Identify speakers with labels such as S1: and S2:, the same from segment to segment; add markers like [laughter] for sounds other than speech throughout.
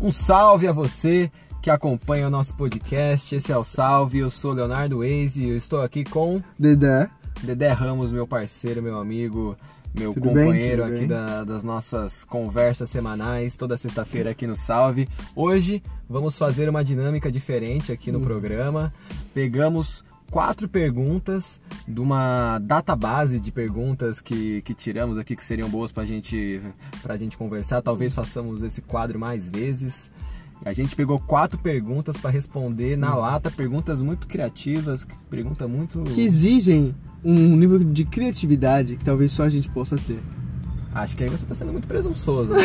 S1: Um salve a você que acompanha o nosso podcast. Esse é o Salve, eu sou Leonardo Weiss e eu estou aqui com
S2: Dedé.
S1: Dedé Ramos, meu parceiro, meu amigo, meu
S2: Tudo bem,
S1: companheiro
S2: tudo
S1: aqui
S2: bem.
S1: da- das nossas conversas semanais, toda sexta-feira aqui no Salve. Hoje vamos fazer uma dinâmica diferente aqui
S2: Hum.
S1: no programa. Pegamos quatro perguntas de uma database de perguntas que, que tiramos aqui que seriam boas pra gente, pra gente conversar. Talvez façamos esse quadro mais vezes. A gente pegou quatro perguntas pra responder
S2: Hum.
S1: na lata, perguntas muito criativas, pergunta muito.
S2: Que exigem um nível de criatividade que talvez só a gente possa ter.
S1: Acho que aí você tá sendo muito
S2: [laughs]
S1: presunçoso. Né?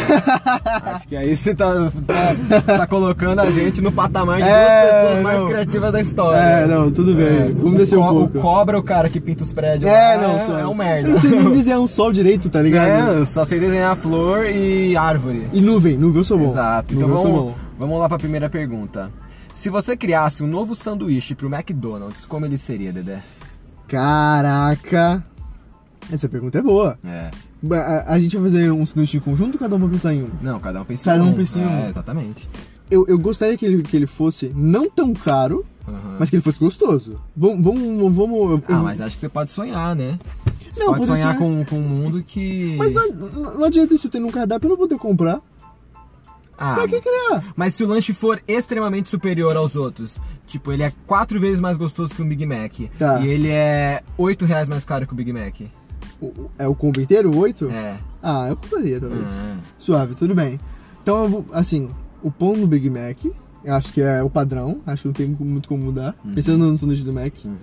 S1: Acho que aí você tá, você tá, você tá colocando a gente no patamar de duas
S2: É,
S1: pessoas mais
S2: não.
S1: criativas da história.
S2: É, não, tudo bem.
S1: É.
S2: Vamos descer
S1: o
S2: um
S1: co-
S2: pouco.
S1: O cobra, o cara que pinta os prédios.
S2: é,
S1: lá,
S2: não,
S1: é,
S2: só.
S1: é um
S2: Eu
S1: merda.
S2: não sei
S1: [laughs]
S2: nem desenhar um sol direito, tá ligado?
S1: É, eu só sei desenhar flor e árvore.
S2: E nuvem, nuvem eu sou Tá bom.
S1: Exato.
S2: Nuvem
S1: Então
S2: eu sou
S1: vamos,
S2: bom.
S1: vamos lá pra primeira pergunta. Se você criasse um novo sanduíche pro McDonald's, como ele seria, Dedé?
S2: Caraca. Essa pergunta é boa.
S1: É.
S2: Ba- A, a gente vai fazer um sanduíche em conjunto, cada um vai pensar em um.
S1: Não, cada um pensa em
S2: Cada
S1: um.
S2: um pensa em um.
S1: É, exatamente.
S2: Eu, eu gostaria que ele, que ele fosse não tão caro,
S1: Aham.
S2: mas que ele fosse gostoso. Vamos, vamos, vamos. eu-
S1: Ah,
S2: eu-
S1: mas acho que você pode sonhar, né? Você
S2: Não,
S1: pode
S2: pode
S1: sonhar com,
S2: sonhar.
S1: com um mundo que.
S2: Mas não, não- não adianta isso ter num cardápio, eu não vou ter que comprar.
S1: Ah,
S2: pra que criar?
S1: mas se o lanche for extremamente superior aos outros, tipo, ele é quatro vezes mais gostoso que o Big Mac.
S2: Tá.
S1: E ele é oito reais mais caro que o Big Mac.
S2: O- É o combo inteiro, oito?
S1: É.
S2: Ah, eu compraria, talvez.
S1: Ah,
S2: Suave, tudo bem. Então, eu vou, assim, o pão no Big Mac, eu acho que é o padrão, acho que não tem muito como mudar. Pensando no sanduíche do Mac,
S1: uhum.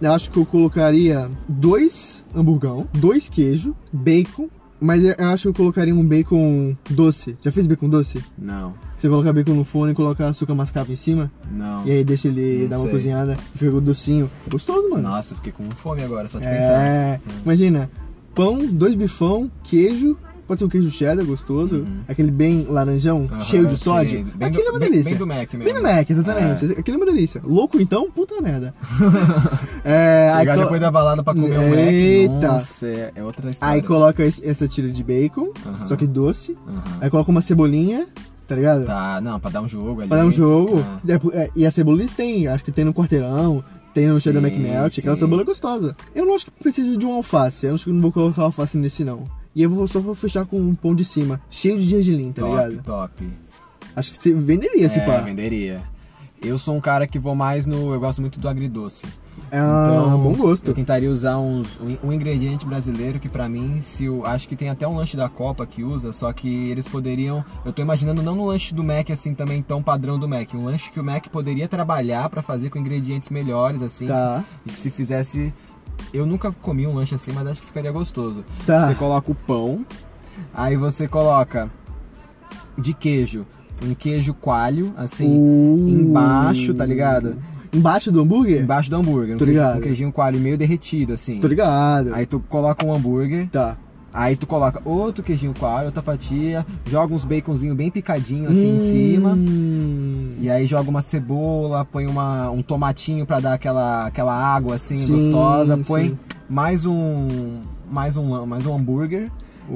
S2: eu acho que eu colocaria dois hamburgão, dois queijo, bacon, mas eu eu acho que eu colocaria um bacon doce. Já fez bacon doce?
S1: Não,
S2: Você coloca bacon no forno e coloca açúcar mascavo em cima,
S1: não.
S2: e aí deixa ele
S1: Ah. Não
S2: dar uma
S1: sei.
S2: cozinhada, fica docinho. Gostoso, mano.
S1: Nossa, fiquei com fome agora, só de pensar. né? Hum.
S2: É, imagina, pão, dois bifão, queijo, pode ser um queijo cheddar gostoso, aquele bem laranjão,
S1: Uhum. Aham,
S2: cheio de
S1: sim.
S2: sódio.
S1: Bem do-
S2: Aquele é uma
S1: bem-
S2: delícia.
S1: bem do Mac mesmo.
S2: Bem do Mac, exatamente. Aquele é uma delícia. Louco então, puta
S1: [laughs]
S2: merda. é, aí,
S1: Chegar
S2: colo-
S1: depois da balada pra comer um Mac.
S2: Eita.
S1: Nossa, é é outra história.
S2: aí coloca esse- essa tira de bacon,
S1: Aham.
S2: só que doce.
S1: Aham.
S2: Aí coloca uma cebolinha, tá ligado?
S1: Tá, não, pra dar um jogo ali.
S2: Pra dar um jogo.
S1: Ah,
S2: É, por- é, e a cebolinha tem, acho que tem no quarteirão, tem no cheddar
S1: Sim,
S2: McMelt, aquela
S1: sim.
S2: cebola gostosa. Eu não acho que precisa de um alface, eu acho que não vou colocar alface nesse não. E eu vou, só vou fechar com um pão de cima, cheio de gergelim, tá
S1: top,
S2: ligado?
S1: top.
S2: Acho que você venderia esse
S1: é,
S2: pá.
S1: venderia. Eu sou um cara que vou mais no. Eu gosto muito do agridoce. Então,
S2: É um bom gosto.
S1: Eu tentaria usar uns, um, um ingrediente brasileiro que pra mim, se eu acho que tem até um lanche da Copa que usa, só que eles poderiam, eu tô imaginando não no lanche do Mac assim também tão padrão do Mac, um lanche que o Mac poderia trabalhar pra fazer com ingredientes melhores assim,
S2: Tá,
S1: e que se fizesse eu nunca comi um lanche assim, mas acho que ficaria gostoso.
S2: tá.
S1: Você coloca o pão, aí você coloca de queijo, um queijo coalho assim,
S2: Uh.
S1: embaixo, tá ligado?
S2: Embaixo do hambúrguer?
S1: Embaixo do hambúrguer, um,
S2: Tô
S1: queijo-
S2: ligado.
S1: um queijinho coalho meio derretido assim.
S2: Tô ligado.
S1: Aí tu coloca um hambúrguer,
S2: Tá.
S1: aí tu coloca outro queijinho coalho, outra fatia, joga uns baconzinho bem picadinho assim em cima.
S2: Hum.
S1: E aí joga uma cebola, põe uma, um tomatinho pra dar aquela, aquela água assim
S2: Sim,
S1: gostosa, põe
S2: sim.
S1: mais um mais um mais um hambúrguer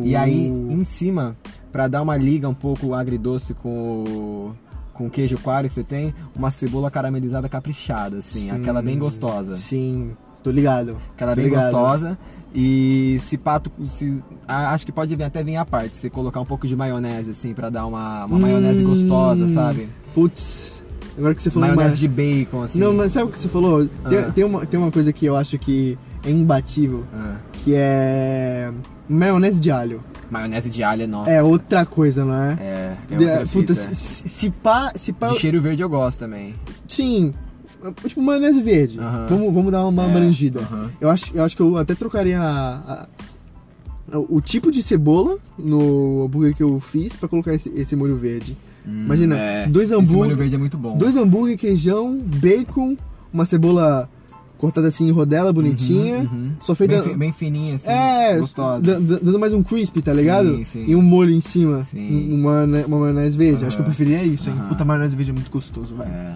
S1: e
S2: Uh.
S1: aí em cima pra dar uma liga um pouco agridoce com o- com o queijo coalho que você tem, uma cebola caramelizada caprichada assim,
S2: Sim.
S1: aquela bem gostosa.
S2: Sim, tô ligado.
S1: Aquela
S2: Tô
S1: é bem
S2: ligado.
S1: gostosa. E se pato. Se, a- acho que pode vir, até vir à parte, se colocar um pouco de maionese, assim, pra dar uma, uma maionese
S2: Hum.
S1: gostosa, sabe?
S2: Putz, agora que você falou
S1: maionese
S2: mais-
S1: de bacon, assim.
S2: Não, mas sabe o que você falou? Tem,
S1: Ah.
S2: tem uma, tem uma coisa que eu acho que é imbatível,
S1: Ah,
S2: que é maionese de alho.
S1: maionese de alho é nossa.
S2: É outra coisa, não é?
S1: É, é
S2: De-
S1: outra
S2: puta,
S1: fita.
S2: se, se- se pá, se pá,
S1: De cheiro verde eu gosto também.
S2: sim, tipo maionese verde.
S1: Aham.
S2: Vamos, vamos dar uma
S1: É,
S2: abrangida.
S1: aham.
S2: Eu acho, eu acho que eu até trocaria a- a- o tipo de cebola no hambúrguer que eu fiz pra colocar esse, esse molho verde.
S1: Hum,
S2: Imagina,
S1: é.
S2: dois
S1: Esse molho
S2: hambúrguer,
S1: verde é muito bom.
S2: Dois hambúrguer, queijão, bacon, uma cebola cortada assim em rodela, bonitinha.
S1: Uhum.
S2: Só feita.
S1: Bem, fi- bem fininha, assim.
S2: é,
S1: gostosa.
S2: da- da- dando mais um crispy, tá
S1: Sim,
S2: ligado?
S1: sim.
S2: E um molho em cima.
S1: Sim.
S2: um- Uma, maionese- uma maionese verde. Acho que eu
S1: Aham.
S2: preferia isso, hein?
S1: Aham.
S2: Puta, maionese verde é muito gostoso, velho.
S1: É,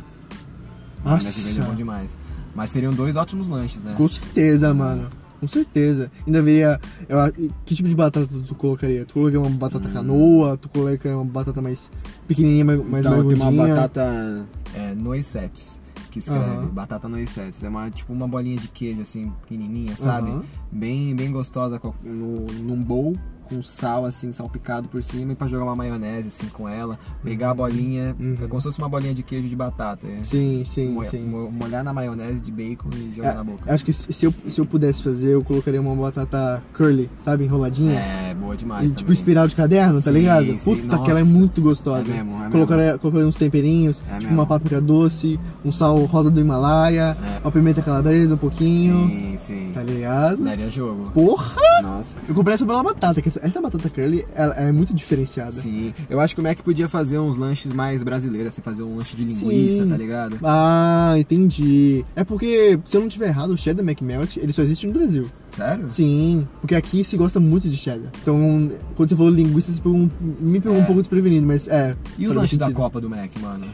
S1: maionese verde é bom
S2: Nossa.
S1: demais. Mas seriam dois ótimos lanches, né?
S2: Com certeza, mano. com certeza. Ainda viria. eu a- que tipo de batata tu colocaria? Tu colocaria uma batata
S1: Hum.
S2: canoa? Tu colocaria uma batata mais pequenininha, mais, mais
S1: então, tem uma
S2: gordinha?
S1: batata é, noisettes, que escreve,
S2: Aham.
S1: batata noisettes. É uma, tipo uma bolinha de queijo, assim, pequenininha, sabe?
S2: Aham.
S1: Bem, bem gostosa co- no, num bowl, com sal, assim, salpicado por cima, e pra jogar uma maionese, assim, com ela. Pegar a bolinha,
S2: Uhum.
S1: é como se fosse uma bolinha de queijo de batata. É.
S2: Sim, sim,
S1: Mo-
S2: sim. É.
S1: mo- Molhar na maionese de bacon e jogar na boca.
S2: Acho que se se eu, se eu pudesse fazer, eu colocaria uma batata curly, sabe? Enroladinha.
S1: É, boa
S2: E,
S1: demais
S2: tipo
S1: também.
S2: espiral de caderno, tá
S1: Sim,
S2: ligado?
S1: sim,
S2: Puta,
S1: nossa.
S2: que ela é muito gostosa.
S1: É mesmo, é mesmo.
S2: Colocaria, colocaria uns temperinhos,
S1: É
S2: tipo
S1: mesmo.
S2: uma páprica doce, um sal rosa do Himalaia,
S1: É.
S2: uma pimenta calabresa um pouquinho,
S1: Sim, sim.
S2: tá ligado?
S1: Daria jogo.
S2: Porra!
S1: Nossa.
S2: Eu comprei essa pela batata, que essa, essa batata curly ela é muito diferenciada.
S1: Sim, eu acho que o Mac podia fazer uns lanches mais brasileiros, assim, fazer um lanche de linguiça,
S2: Sim.
S1: tá ligado?
S2: Ah, entendi. É porque, se eu não tiver errado, o cheddar McMelt, ele só existe no Brasil.
S1: Sério?
S2: Sim, porque aqui se gosta muito de cheddar. Então, quando você falou linguiça, você pegou um- me pegou
S1: É.
S2: um pouco desprevenido, mas é.
S1: E os
S2: faz
S1: lanches da
S2: sentido.
S1: Copa do Mac, mano?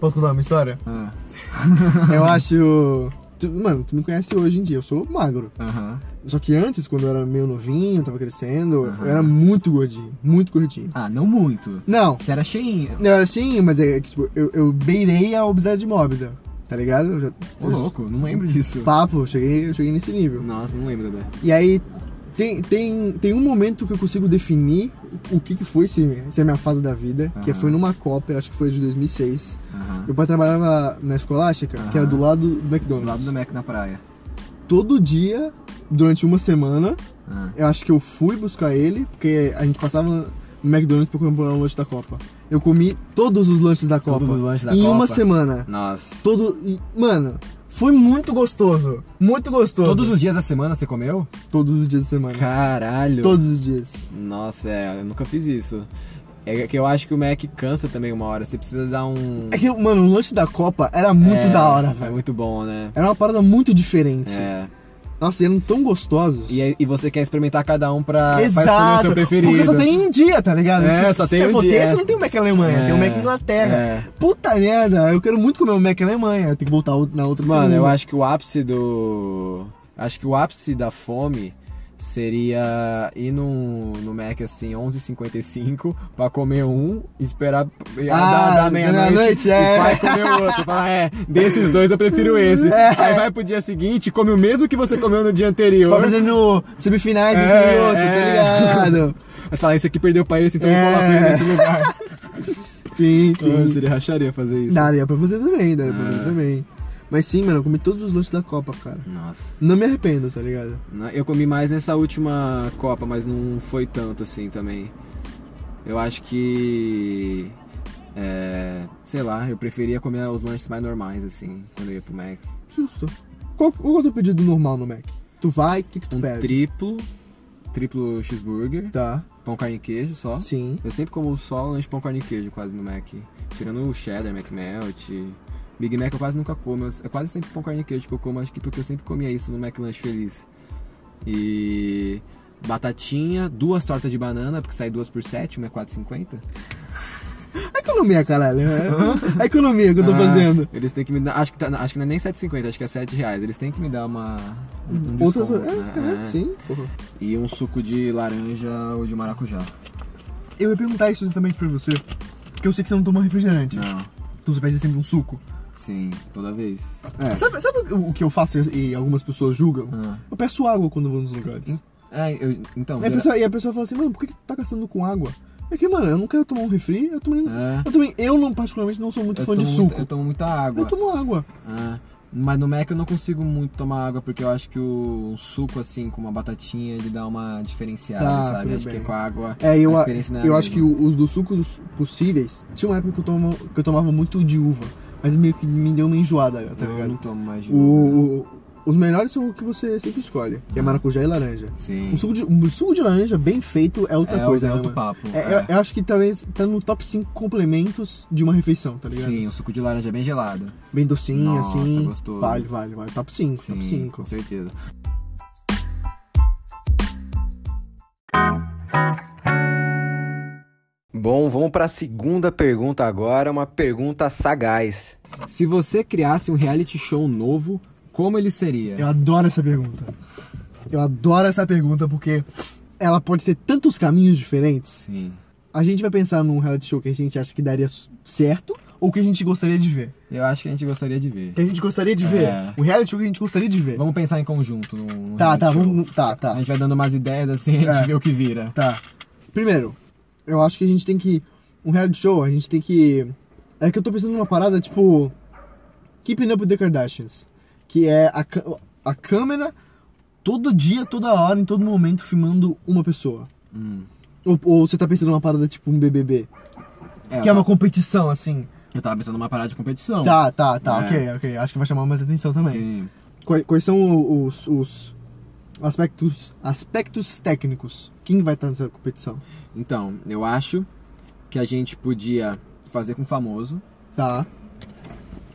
S2: Posso contar uma história?
S1: Ah,
S2: [laughs] Eu acho. tu- mano, tu me conhece hoje em dia, eu sou magro.
S1: Aham.
S2: Só que antes, quando eu era meio novinho, tava crescendo,
S1: Aham.
S2: eu era muito gordinho, muito gordinho.
S1: Ah, não muito.
S2: Não,
S1: Você era cheinho.
S2: não era assim, mas é que, tipo, eu, eu beirei a obesidade mórbida, tá ligado? Eu já,
S1: Ô,
S2: eu-
S1: louco, não lembro disso.
S2: Papo, eu cheguei, eu cheguei nesse nível.
S1: Nossa, não lembro, Dedé.
S2: E aí, tem, tem, tem um momento que eu consigo definir o que que foi se, se é a minha fase da vida, que
S1: Aham.
S2: foi numa Copa, eu acho que foi de 2006.
S1: Aham.
S2: Meu pai trabalhava na Escolástica, que era do
S1: Aham.
S2: lado do
S1: Do
S2: McDonald's.
S1: lado do Mac na praia.
S2: todo dia, durante uma semana.
S1: Ah.
S2: Eu acho que eu fui buscar ele, porque a gente passava no McDonald's pra comemorar o lanche da Copa. Eu comi todos os lanches da Copa.
S1: Todos os lanches da
S2: em
S1: Copa.
S2: uma semana.
S1: Nossa.
S2: Todo. e, Mano, foi muito gostoso. Muito gostoso.
S1: Todos os dias da semana você comeu?
S2: Todos os dias da semana.
S1: Caralho.
S2: Todos os dias.
S1: Nossa, é, eu nunca fiz isso. É que eu acho que o Mac cansa também uma hora. Você precisa dar um.
S2: É que, mano, o lanche da Copa era muito
S1: É,
S2: da hora,
S1: É
S2: velho.
S1: muito bom, né?
S2: Era uma parada muito diferente.
S1: É.
S2: Nossa, e eram tão gostosos.
S1: E, aí- e você quer experimentar cada um pra, pra escolher o
S2: Exato.
S1: seu preferido.
S2: Porque só tem um dia, tá ligado?
S1: É,
S2: Se-
S1: só
S2: se
S1: tem
S2: você
S1: um
S2: for
S1: dia.
S2: ter, Você não tem o Mac Alemanha,
S1: É.
S2: tem o Mac Inglaterra.
S1: É.
S2: Puta merda, eu quero muito comer o Mac Alemanha. Tem que voltar out- na outra
S1: Mano,
S2: segunda.
S1: eu acho que o ápice do. Acho que o ápice da fome seria ir no, no Mac assim, 11h55 pra comer um, esperar e
S2: Ah,
S1: dar, dar
S2: da
S1: meia-noite
S2: meia-noite,
S1: e
S2: é.
S1: vai comer o outro. Fala, é, desses dois eu prefiro esse.
S2: [laughs] É.
S1: Aí vai pro dia seguinte, come o mesmo que você comeu no dia anterior.
S2: Pra fazer no semifinais
S1: É,
S2: entre outro,
S1: é.
S2: tá ligado?
S1: Aí fala, esse aqui perdeu pra esse, então eu vou lá
S2: É.
S1: pra ele nesse lugar.
S2: [laughs] Sim,
S1: Mano,
S2: sim. É.
S1: seria racharia fazer isso.
S2: Daria pra fazer também, daria pra
S1: Ah.
S2: fazer também. Mas sim, mano, eu comi todos os lanches da Copa, cara.
S1: Nossa.
S2: Não me arrependo, tá ligado?
S1: Né? Eu comi mais nessa última Copa, mas não foi tanto assim também. Eu acho que. É, sei lá, eu preferia comer os lanches mais normais, assim, quando eu ia pro Mac.
S2: Justo. Qual, qual é o teu pedido normal no Mac? Tu vai, o que, que tu
S1: Um
S2: pede?
S1: triplo, triplo cheeseburger,
S2: Tá,
S1: pão, carne e queijo só.
S2: sim.
S1: Eu sempre como só lanche pão, carne e queijo quase no Mac. Tirando o cheddar, McMelt. Big Mac eu quase nunca como. Eu- É quase sempre pão, carne e queijo que eu como, acho que porque eu sempre comia isso no Mac Lanche Feliz. E batatinha, duas tortas de banana, porque sai duas por sete, uma é 4,50.
S2: A economia, caralho. né? [laughs] A economia que eu tô
S1: Ah,
S2: fazendo.
S1: Eles têm que me dar. Acho que, tá, acho que não é nem 7,50, acho que é 7 reais. Eles têm que me dar uma. Um, um
S2: Outra
S1: desconto,
S2: é,
S1: né?
S2: é,
S1: É.
S2: sim. porra.
S1: E um suco de laranja ou de maracujá.
S2: Eu ia perguntar isso exatamente pra você. Porque eu sei que você não toma refrigerante.
S1: Não.
S2: Então você pede sempre um suco.
S1: Sim, toda vez. É.
S2: Sabe, sabe o o que eu faço e e algumas pessoas julgam?
S1: Ah.
S2: Eu peço água quando eu vou nos lugares.
S1: É, eu, então.
S2: E a,
S1: gera-
S2: pessoa, e a pessoa fala assim, mano, por que, que tu tá gastando com água? É que, mano, eu não quero tomar um refri, eu também.
S1: É.
S2: Eu também, eu não, particularmente, não sou muito
S1: Eu
S2: fã de
S1: tomo
S2: suco.
S1: muita- eu tomo muita água.
S2: Eu tomo água.
S1: Ah, mas no Mac eu não consigo muito tomar água, porque eu acho que o um suco, assim, com uma batatinha, ele dá uma diferenciada,
S2: Tá,
S1: sabe?
S2: tudo
S1: Acho
S2: bem.
S1: que com a água
S2: É, eu,
S1: a
S2: a-
S1: experiência não é a
S2: eu acho que
S1: mesma.
S2: o- os dos sucos possíveis. Tinha uma época que eu, tomo, que eu tomava muito de uva, mas meio que me deu uma enjoada, tá
S1: Não, Então, eu não
S2: ligado?
S1: tomo mais de uva. né?
S2: O- o- os melhores são o que você sempre escolhe, que é
S1: Ah.
S2: maracujá e laranja.
S1: Sim.
S2: Um suco, de, um suco de laranja bem feito é outra
S1: é,
S2: coisa,
S1: é
S2: né,
S1: outro
S2: mano?
S1: papo.
S2: É,
S1: é.
S2: Eu, eu acho que talvez tá no top 5 complementos de uma refeição, tá ligado?
S1: Sim, o suco de laranja é bem gelado.
S2: Bem docinho,
S1: Nossa,
S2: assim.
S1: gostoso.
S2: Vale, vale, vale. Top 5,
S1: Sim,
S2: top
S1: Hum, com
S2: 5.
S1: certeza. Bom, vamos para a segunda pergunta agora, uma pergunta sagaz. Se você criasse um reality show novo, como ele seria?
S2: Eu adoro essa pergunta. Eu adoro essa pergunta porque ela pode ter tantos caminhos diferentes.
S1: Sim.
S2: A gente vai pensar num reality show que a gente acha que daria su- certo ou que a gente gostaria de ver.
S1: Eu acho que a gente gostaria de ver.
S2: Que a gente gostaria de
S1: É.
S2: ver. Um reality show que a gente gostaria de ver.
S1: Vamos pensar em conjunto. No, no
S2: tá,
S1: reality
S2: tá,
S1: show.
S2: vamos. Tá,
S1: A
S2: tá,
S1: gente vai dando umas ideias assim, a gente
S2: É.
S1: vê o que vira.
S2: tá. Primeiro, eu acho que a gente tem que. Um reality show, a gente tem que. É que eu tô pensando numa parada tipo. Keeping Up with the Kardashians. Que é a, ca- a câmera todo dia, toda hora, em todo momento, filmando uma pessoa.
S1: Hum.
S2: Ou, ou você tá pensando numa parada tipo um BBB?
S1: É,
S2: que é uma competição, assim.
S1: Eu tava pensando numa parada de competição.
S2: Tá, tá, tá,
S1: É.
S2: ok, ok. Acho que vai chamar mais atenção também.
S1: Sim.
S2: Quais, quais são os, os aspectos, aspectos técnicos? Quem vai estar nessa competição?
S1: Então, eu acho que a gente podia fazer com famoso.
S2: Tá,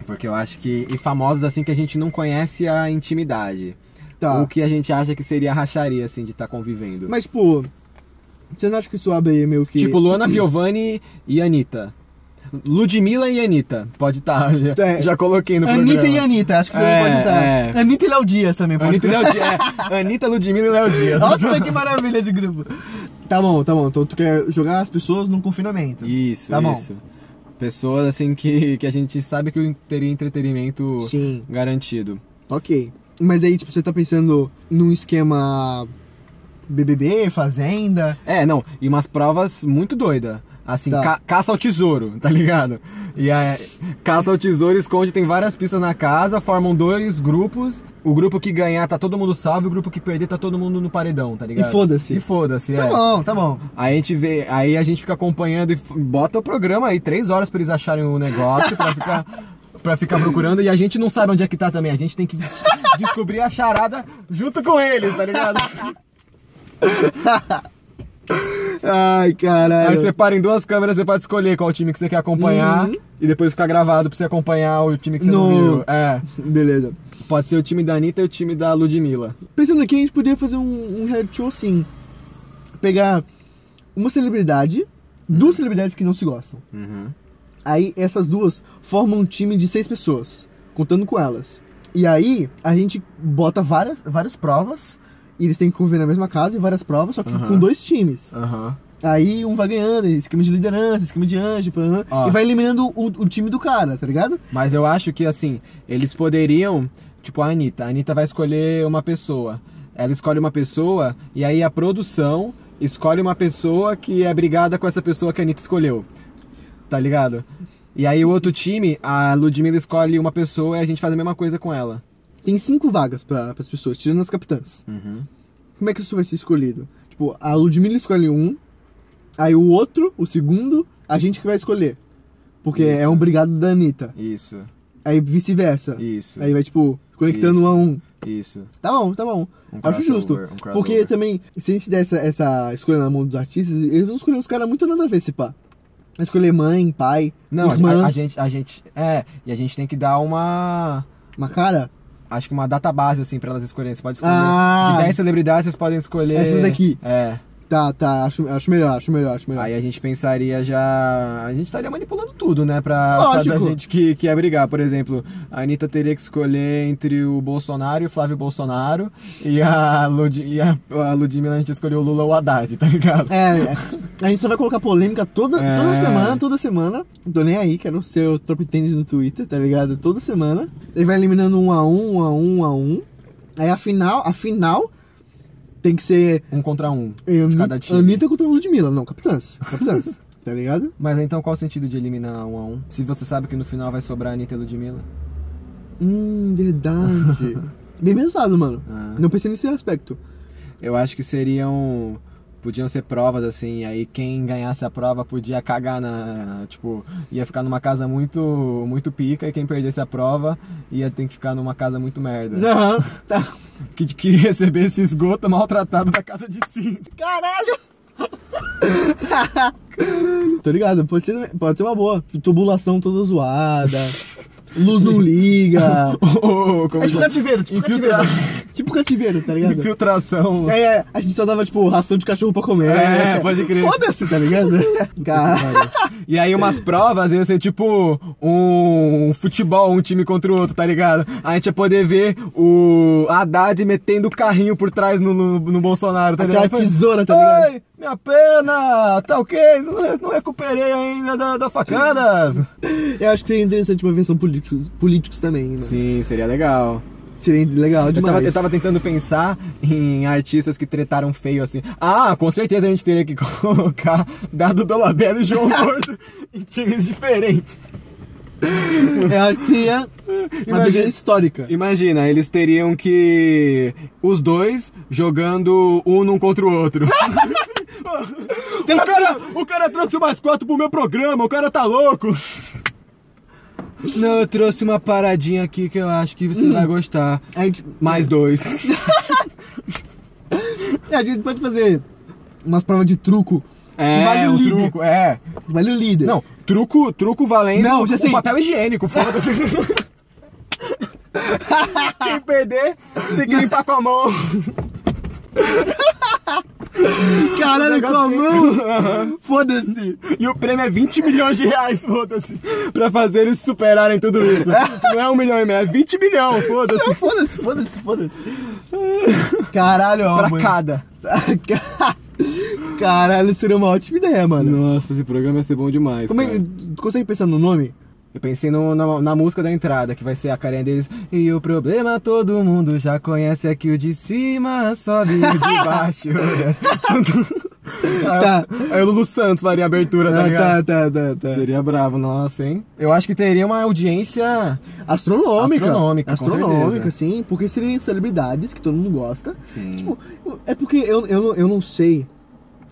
S1: Porque eu acho que. E famosos assim que a gente não conhece a intimidade.
S2: tá.
S1: O que a gente acha que seria a racharia, assim, de estar convivendo.
S2: Mas, tipo, você não acha que isso abre meio que...
S1: Tipo, Luana Piovani e Anitta. Ludmilla e Anitta. Pode estar. [laughs] já,
S2: É.
S1: já coloquei no
S2: Anitta
S1: programa.
S2: e Anitta, acho que também
S1: É,
S2: pode estar.
S1: é.
S2: Anitta e Léo Dias também pode
S1: Anitta e Léo Dias. É, Anitta, Ludmilla e Léo Dias.
S2: Nossa, que maravilha de grupo. Tá bom, tá bom. Então tu quer jogar as pessoas num confinamento.
S1: Isso,
S2: Tá bom.
S1: isso. Pessoas assim que, que a gente sabe que teria entretenimento
S2: Sim.
S1: garantido.
S2: Ok. Mas aí, tipo, você tá pensando num esquema BBB, Fazenda?
S1: É, não, e umas provas muito doidas. Assim,
S2: Tá.
S1: ca- caça ao tesouro, tá ligado? E a caça ao tesouro esconde, tem várias pistas na casa, formam dois grupos. O grupo que ganhar tá todo mundo salvo, o grupo que perder tá todo mundo no paredão, tá ligado?
S2: E foda-se.
S1: E foda-se,
S2: Tá
S1: é.
S2: bom, tá bom.
S1: Aí a gente vê, aí a gente fica acompanhando e f- bota o programa aí, três horas pra eles acharem o negócio, pra ficar,
S2: [laughs]
S1: pra ficar procurando. E a gente não sabe onde é que tá também, a gente tem que des- descobrir a charada junto com eles, tá ligado?
S2: Ai, caralho.
S1: Aí você para em duas câmeras, você pode escolher qual time que você quer acompanhar
S2: Uhum.
S1: e depois ficar gravado pra você acompanhar o time que você não
S2: No.
S1: viu. É,
S2: Beleza.
S1: pode ser o time da Anitta e o time da Ludmilla.
S2: Pensando aqui, a gente poderia fazer um, um reality show assim. Pegar uma celebridade, duas celebridades que não se gostam. Aí essas duas formam um time de seis pessoas, contando com elas. E aí a gente bota várias, várias provas, e eles têm que conviver na mesma casa e várias provas, só que
S1: Aham.
S2: com dois times.
S1: Aham.
S2: Aí um vai ganhando, esquema de liderança, esquema de anjo, plano,
S1: Ó.
S2: e vai eliminando o, o time do cara, tá ligado?
S1: Mas eu acho que, assim, eles poderiam. Tipo, a Anitta. A Anitta vai escolher uma pessoa. Ela escolhe uma pessoa e aí a produção escolhe uma pessoa que é brigada com essa pessoa que a Anitta escolheu. Tá ligado? E aí o outro time, a Ludmilla escolhe uma pessoa e a gente faz a mesma coisa com ela.
S2: Tem cinco vagas para as pessoas, tirando as capitãs.
S1: Uhum.
S2: Como é que isso vai ser escolhido? Tipo, a Ludmilla escolhe um, aí o outro, o segundo, a gente que vai escolher. Porque
S1: Isso.
S2: é um brigado da Anitta.
S1: Isso,
S2: Aí vice-versa.
S1: isso,
S2: Aí vai, tipo, conectando
S1: Isso.
S2: um a um.
S1: isso.
S2: Tá bom, tá bom.
S1: Um
S2: Acho justo.
S1: crossover, um crossover.
S2: Porque também, se a gente der essa, essa escolha na mão dos artistas, eles vão escolher uns caras muito nada a ver, se pá. Vai Escolher mãe, pai,
S1: Não, a-
S2: irmã,
S1: a, a gente, a gente. É, e a gente tem que dar uma.
S2: uma cara.
S1: Acho que uma database, assim, pra elas escolherem. Você pode escolher.
S2: Ah!
S1: De 10 celebridades, vocês podem escolher.
S2: Essas daqui.
S1: É.
S2: Tá, tá, acho, acho melhor, acho melhor, acho melhor.
S1: Aí a gente pensaria já. A gente estaria manipulando tudo, né? Pra,
S2: Lógico.
S1: pra da gente que, que ia brigar. Por exemplo, a Anitta teria que escolher entre o Bolsonaro e o Flávio Bolsonaro. E a, Lud... e a, a Ludmilla a gente escolheu o Lula ou o Haddad, tá ligado?
S2: É, a gente só vai colocar polêmica toda,
S1: É.
S2: toda semana, toda semana. Não tô nem aí, quero ser o top tênis no Twitter, tá ligado? Toda semana. Ele vai eliminando um a um, um a um, um a um. Aí a final, a final tem que ser
S1: Um contra um.
S2: eh, Ani-
S1: cada time.
S2: Anitta contra Ludmilla. Não, capitãs. Capitãs, [laughs] tá ligado?
S1: Mas então qual o sentido de eliminar um a um? Se você sabe que no final vai sobrar a Anitta e Ludmilla?
S2: Hum, verdade. [laughs] Bem pensado, mano.
S1: Ah.
S2: Não pensei nesse aspecto.
S1: Eu acho que seriam. Podiam ser provas, assim, aí quem ganhasse a prova podia cagar na. Tipo, ia ficar numa casa muito muito pica e quem perdesse a prova ia ter que ficar numa casa muito
S2: [laughs]
S1: merda.
S2: Não, tá.
S1: Que, que receber esse esgoto maltratado da casa de si.
S2: Caralho!
S1: [laughs]
S2: Tô ligado, pode ser, pode ser uma boa. Tubulação toda zoada. Luz não liga.
S1: [laughs] Ô, como
S2: É tipo
S1: que-
S2: cativeiro, tipo
S1: Infiltra-
S2: cativeiro. Tipo cativeiro, tá ligado?
S1: Infiltração.
S2: É, é, a gente só dava, tipo, ração de cachorro pra comer.
S1: É, pode crer.
S2: Foda-se,
S1: [laughs]
S2: tá ligado? Cara, [laughs]
S1: E aí umas provas ia ser tipo um futebol, um time contra o outro, tá ligado? A gente ia poder ver o Haddad metendo o carrinho por trás no, no, no Bolsonaro, tá
S2: Aquela
S1: ligado? Foi-
S2: tesoura, tá ligado?
S1: Ai, minha pena, tá ok, não, não recuperei ainda da, da facada.
S2: eu acho que seria interessante uma versão políticos, políticos também, né?
S1: Sim, Assim, seria legal.
S2: Seria legal
S1: Eu
S2: demais.
S1: tava, eu tava tentando pensar em artistas que tretaram feio assim. Ah, com certeza a gente teria que [laughs] colocar Dado Dolabella e
S2: [laughs]
S1: João Gordo em times diferentes.
S2: Eu acho que
S1: [laughs]
S2: seria uma
S1: Imagina-
S2: briga histórica.
S1: Imagina, eles teriam que. Os dois jogando um num contra o outro. [laughs] o, cara, o cara trouxe umas quatro pro meu programa, o cara tá louco. Não, eu trouxe uma paradinha aqui que eu acho que você vai gostar.
S2: A gente,
S1: Mais
S2: [laughs]
S1: dois.
S2: é, a gente pode fazer umas provas de truco.
S1: É,
S2: vale o
S1: um
S2: líder.
S1: truco, é.
S2: Vale o líder.
S1: Não, truco, truco valendo
S2: Não, já
S1: o
S2: sei.
S1: papel higiênico,
S2: [laughs]
S1: foda-se. Quem perder, tem que limpar com a mão.
S2: Caralho, com a
S1: Um Negócio [laughs]
S2: mão! Foda-se!
S1: E o prêmio é 20 milhões de reais, foda-se. Pra fazer eles superarem tudo isso. Não é um milhão e meio, é 20 milhões, foda-se.
S2: Não, Foda-se,
S1: [laughs]
S2: foda-se, foda-se. Caralho, ó,
S1: Pra
S2: mano.
S1: cada.
S2: Caralho, seria uma ótima ideia, mano.
S1: Nossa, esse programa ia ser bom demais.
S2: Como é,
S1: cara.
S2: tu consegue pensar no nome?
S1: Eu pensei no- na, na música da entrada, que vai ser a carinha deles. E o problema todo mundo já conhece é que o de cima sobe o de [laughs] baixo.
S2: Tá.
S1: Aí, aí o Lulu Santos faria a abertura, tá
S2: Ah,
S1: ligado?
S2: tá, tá, tá, tá.
S1: Seria bravo, nossa, hein? Eu acho que teria uma audiência
S2: Astronômica.
S1: Astronômica, com
S2: Astronômica,
S1: certeza.
S2: sim. Porque seriam celebridades que todo mundo gosta.
S1: Sim.
S2: Tipo, é porque eu, eu, não- eu não sei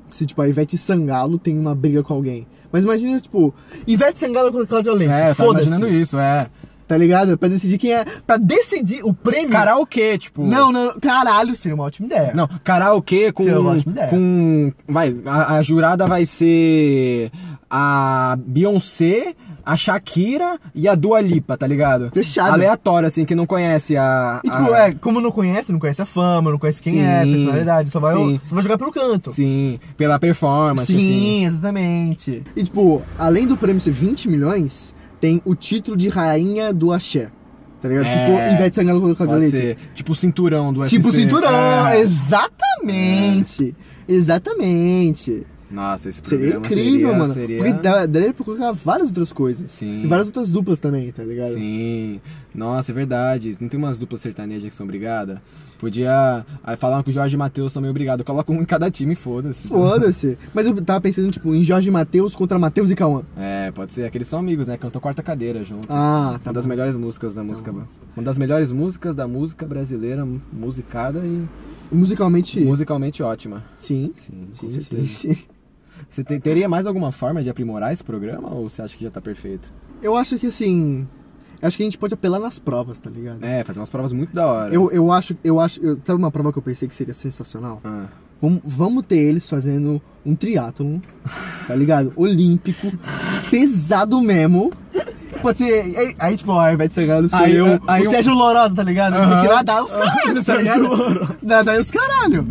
S2: se, tipo, a Ivete Sangalo tem uma briga com alguém. Mas imagina, tipo, Ivete Sangalo contra Cláudia Leite.
S1: É, eu tava imaginando
S2: Foda-se.
S1: isso, é.
S2: Tá ligado? Pra decidir quem é. Pra decidir o prêmio.
S1: Karaokê, tipo.
S2: Não, não, não. caralho, seria uma ótima ideia.
S1: Não, karaokê com.
S2: Seria uma ótima ideia.
S1: com vai, a, a jurada vai ser a Beyoncé, a Shakira e a Dua Lipa, tá ligado?
S2: Fechado.
S1: Aleatório, assim, que não conhece a.
S2: E tipo,
S1: a-
S2: é, como não conhece, não conhece a fama, não conhece quem é, a
S1: Sim.
S2: personalidade, só vai,
S1: Sim.
S2: só vai jogar pelo canto.
S1: Sim, pela performance, assim.
S2: Sim, exatamente. E tipo, além do prêmio ser 20 milhões, tem o título de rainha do axé. Tá ligado?
S1: É.
S2: Tipo, Ivete Sangalo com Cláudia
S1: Pode
S2: Leite.
S1: ser. Tipo o cinturão do
S2: Tipo
S1: UFC.
S2: cinturão,
S1: É.
S2: exatamente. Exatamente.
S1: Nossa, esse
S2: É. Seria
S1: programa
S2: incrível,
S1: seria,
S2: mano.
S1: seria-
S2: Porque dá- daria pra colocar várias outras coisas.
S1: Sim.
S2: E várias outras duplas também, tá ligado?
S1: Sim, nossa, é verdade. Não tem umas duplas sertanejas que são brigadas? Podia. Aí falaram que o Jorge e Matheus são meio brigado. Coloca um em cada time, foda-se.
S2: Foda-se. Mas eu tava pensando, tipo, em Jorge Matheus contra Matheus e Cauã.
S1: É, pode ser. Aqueles são amigos, né? Cantou quarta cadeira junto.
S2: Ah, tá.
S1: uma das
S2: bom.
S1: melhores músicas da música. Uma das melhores músicas da música brasileira, musicada e
S2: Musicalmente,
S1: musicalmente ótima.
S2: sim.
S1: Sim, com
S2: Sim, sim,
S1: certeza.
S2: sim.
S1: Você te- teria mais alguma forma de aprimorar esse programa ou você acha que já tá perfeito?
S2: Eu acho que assim. Acho que a gente pode apelar nas provas, tá ligado?
S1: É, fazer umas provas muito da hora.
S2: Eu, eu acho, eu acho. eu- sabe uma prova que eu pensei que seria sensacional?
S1: Ah,
S2: Vamos, vamos ter eles fazendo um triatlon, tá ligado? [laughs] Olímpico, pesado mesmo. Pode ser. Aí, aí, tipo, a Ivete Sangalo escolheu
S1: Aí, aí
S2: o
S1: um-
S2: Sérgio Lourosa, tá ligado?
S1: Aham.
S2: Porque nadar os caralho,
S1: [laughs]
S2: tá
S1: Sérgio
S2: ligado? Nadar os caralho.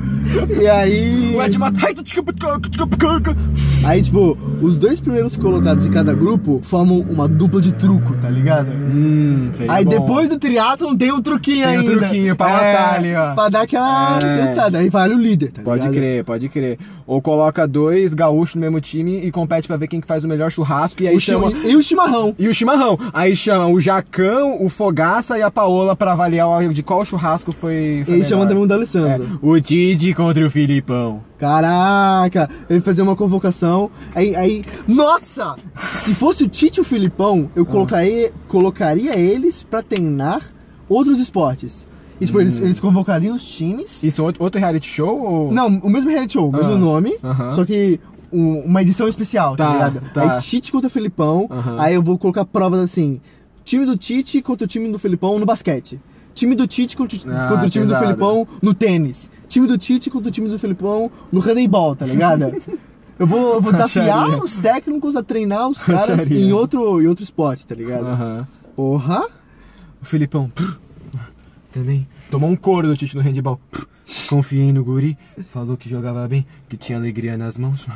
S2: E aí.
S1: O Ed Mato. Ai, tu desculpa, desculpa, desculpa.
S2: Aí, tipo, os dois primeiros colocados de cada grupo formam uma dupla de truco, tá ligado?
S1: Hum, seria
S2: Aí
S1: bom.
S2: depois do triatlon tem um truquinho
S1: Tem um
S2: ainda. É,
S1: truquinho pra matar ali, ó.
S2: Pra dar aquela
S1: É.
S2: cansada. Aí vale o líder, tá
S1: Pode
S2: ligado?
S1: crer, pode crer. Ou coloca dois gaúchos no mesmo time e compete pra ver quem que faz o melhor churrasco e aí
S2: O chi-
S1: chama.
S2: E o chimarrão.
S1: E o chimarrão. Aí chama o Jacão, o Fogaça e a Paola pra avaliar o- de qual churrasco foi.
S2: E
S1: foi
S2: aí
S1: melhor.
S2: chama também o da
S1: É,
S2: Alessandro.
S1: O Didi contra o Filipão.
S2: Caraca, ele fazer uma convocação. Aí, aí. Nossa! Se fosse o Tite e o Filipão,
S1: Ah.
S2: eu colocaria, colocaria eles pra treinar outros esportes. E tipo,
S1: Hum.
S2: eles, eles convocariam os times.
S1: Isso, outro, outro reality show? Ou...
S2: Não, o mesmo reality show, o mesmo
S1: Tipo- Ah,
S2: nome,
S1: aham.
S2: só que um- uma edição especial, tá,
S1: Tá,
S2: ligado?
S1: tá.
S2: Aí Tite contra Filipão,
S1: Aham.
S2: aí eu vou colocar provas assim: time do Tite contra o time do Filipão no basquete. Time do Tite contra, o ti-
S1: Ah,
S2: contra o time
S1: pesado.
S2: do Filipão no tênis. Time do Tite contra o time do Filipão no handebol,
S1: [laughs]
S2: tá ligado? Eu vou, eu vou desafiar
S1: Acharia.
S2: os técnicos a treinar os caras
S1: Acharia.
S2: em outro, em outro esporte, tá ligado?
S1: Aham. [laughs]
S2: Porra!
S1: O Filipão também tomou um couro do Tite no handball. Confiei no guri, falou que jogava bem, que tinha alegria nas mãos.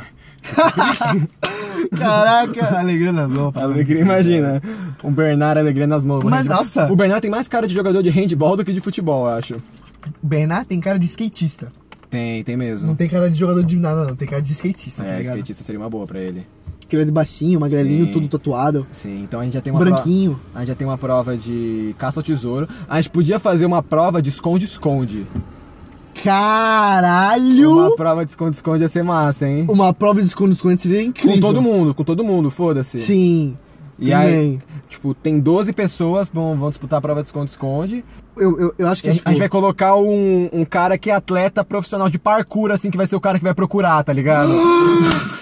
S2: Caraca! [laughs] Alegria na mão.
S1: Alegria, imagina. Um Bernard alegria nas mãos.
S2: Mas,
S1: Handball-
S2: nossa.
S1: O Bernard tem mais cara de jogador de handball do que de futebol, eu acho.
S2: O Bernard tem cara de skatista.
S1: Tem, tem
S2: Não
S1: mesmo.
S2: tem cara de jogador de nada, não. Tem cara de skatista, tá
S1: É,
S2: ligado?
S1: skatista seria uma boa pra ele.
S2: Que ele é de baixinho, magrelinho,
S1: Sim.
S2: tudo tatuado.
S1: Sim, então a gente já tem uma
S2: branquinho.
S1: prova- A gente já tem uma prova de caça ao tesouro. A gente podia fazer uma prova de esconde-esconde.
S2: Caralho!
S1: Uma
S2: Uma,
S1: prova de esconde-esconde ia ser massa, hein?
S2: prova de esconde-esconde seria incrível.
S1: Com todo mundo, com todo mundo, foda-se.
S2: Sim.
S1: E aí,
S2: também.
S1: tipo, tem 12 pessoas vão, vão disputar a prova de esconde-esconde.
S2: Eu, eu, eu acho
S1: E
S2: que
S1: A,
S2: tipo,
S1: a gente vai colocar um, um cara que é atleta profissional de parkour, assim, que vai ser o cara que vai procurar, tá
S2: [gasps]
S1: ligado?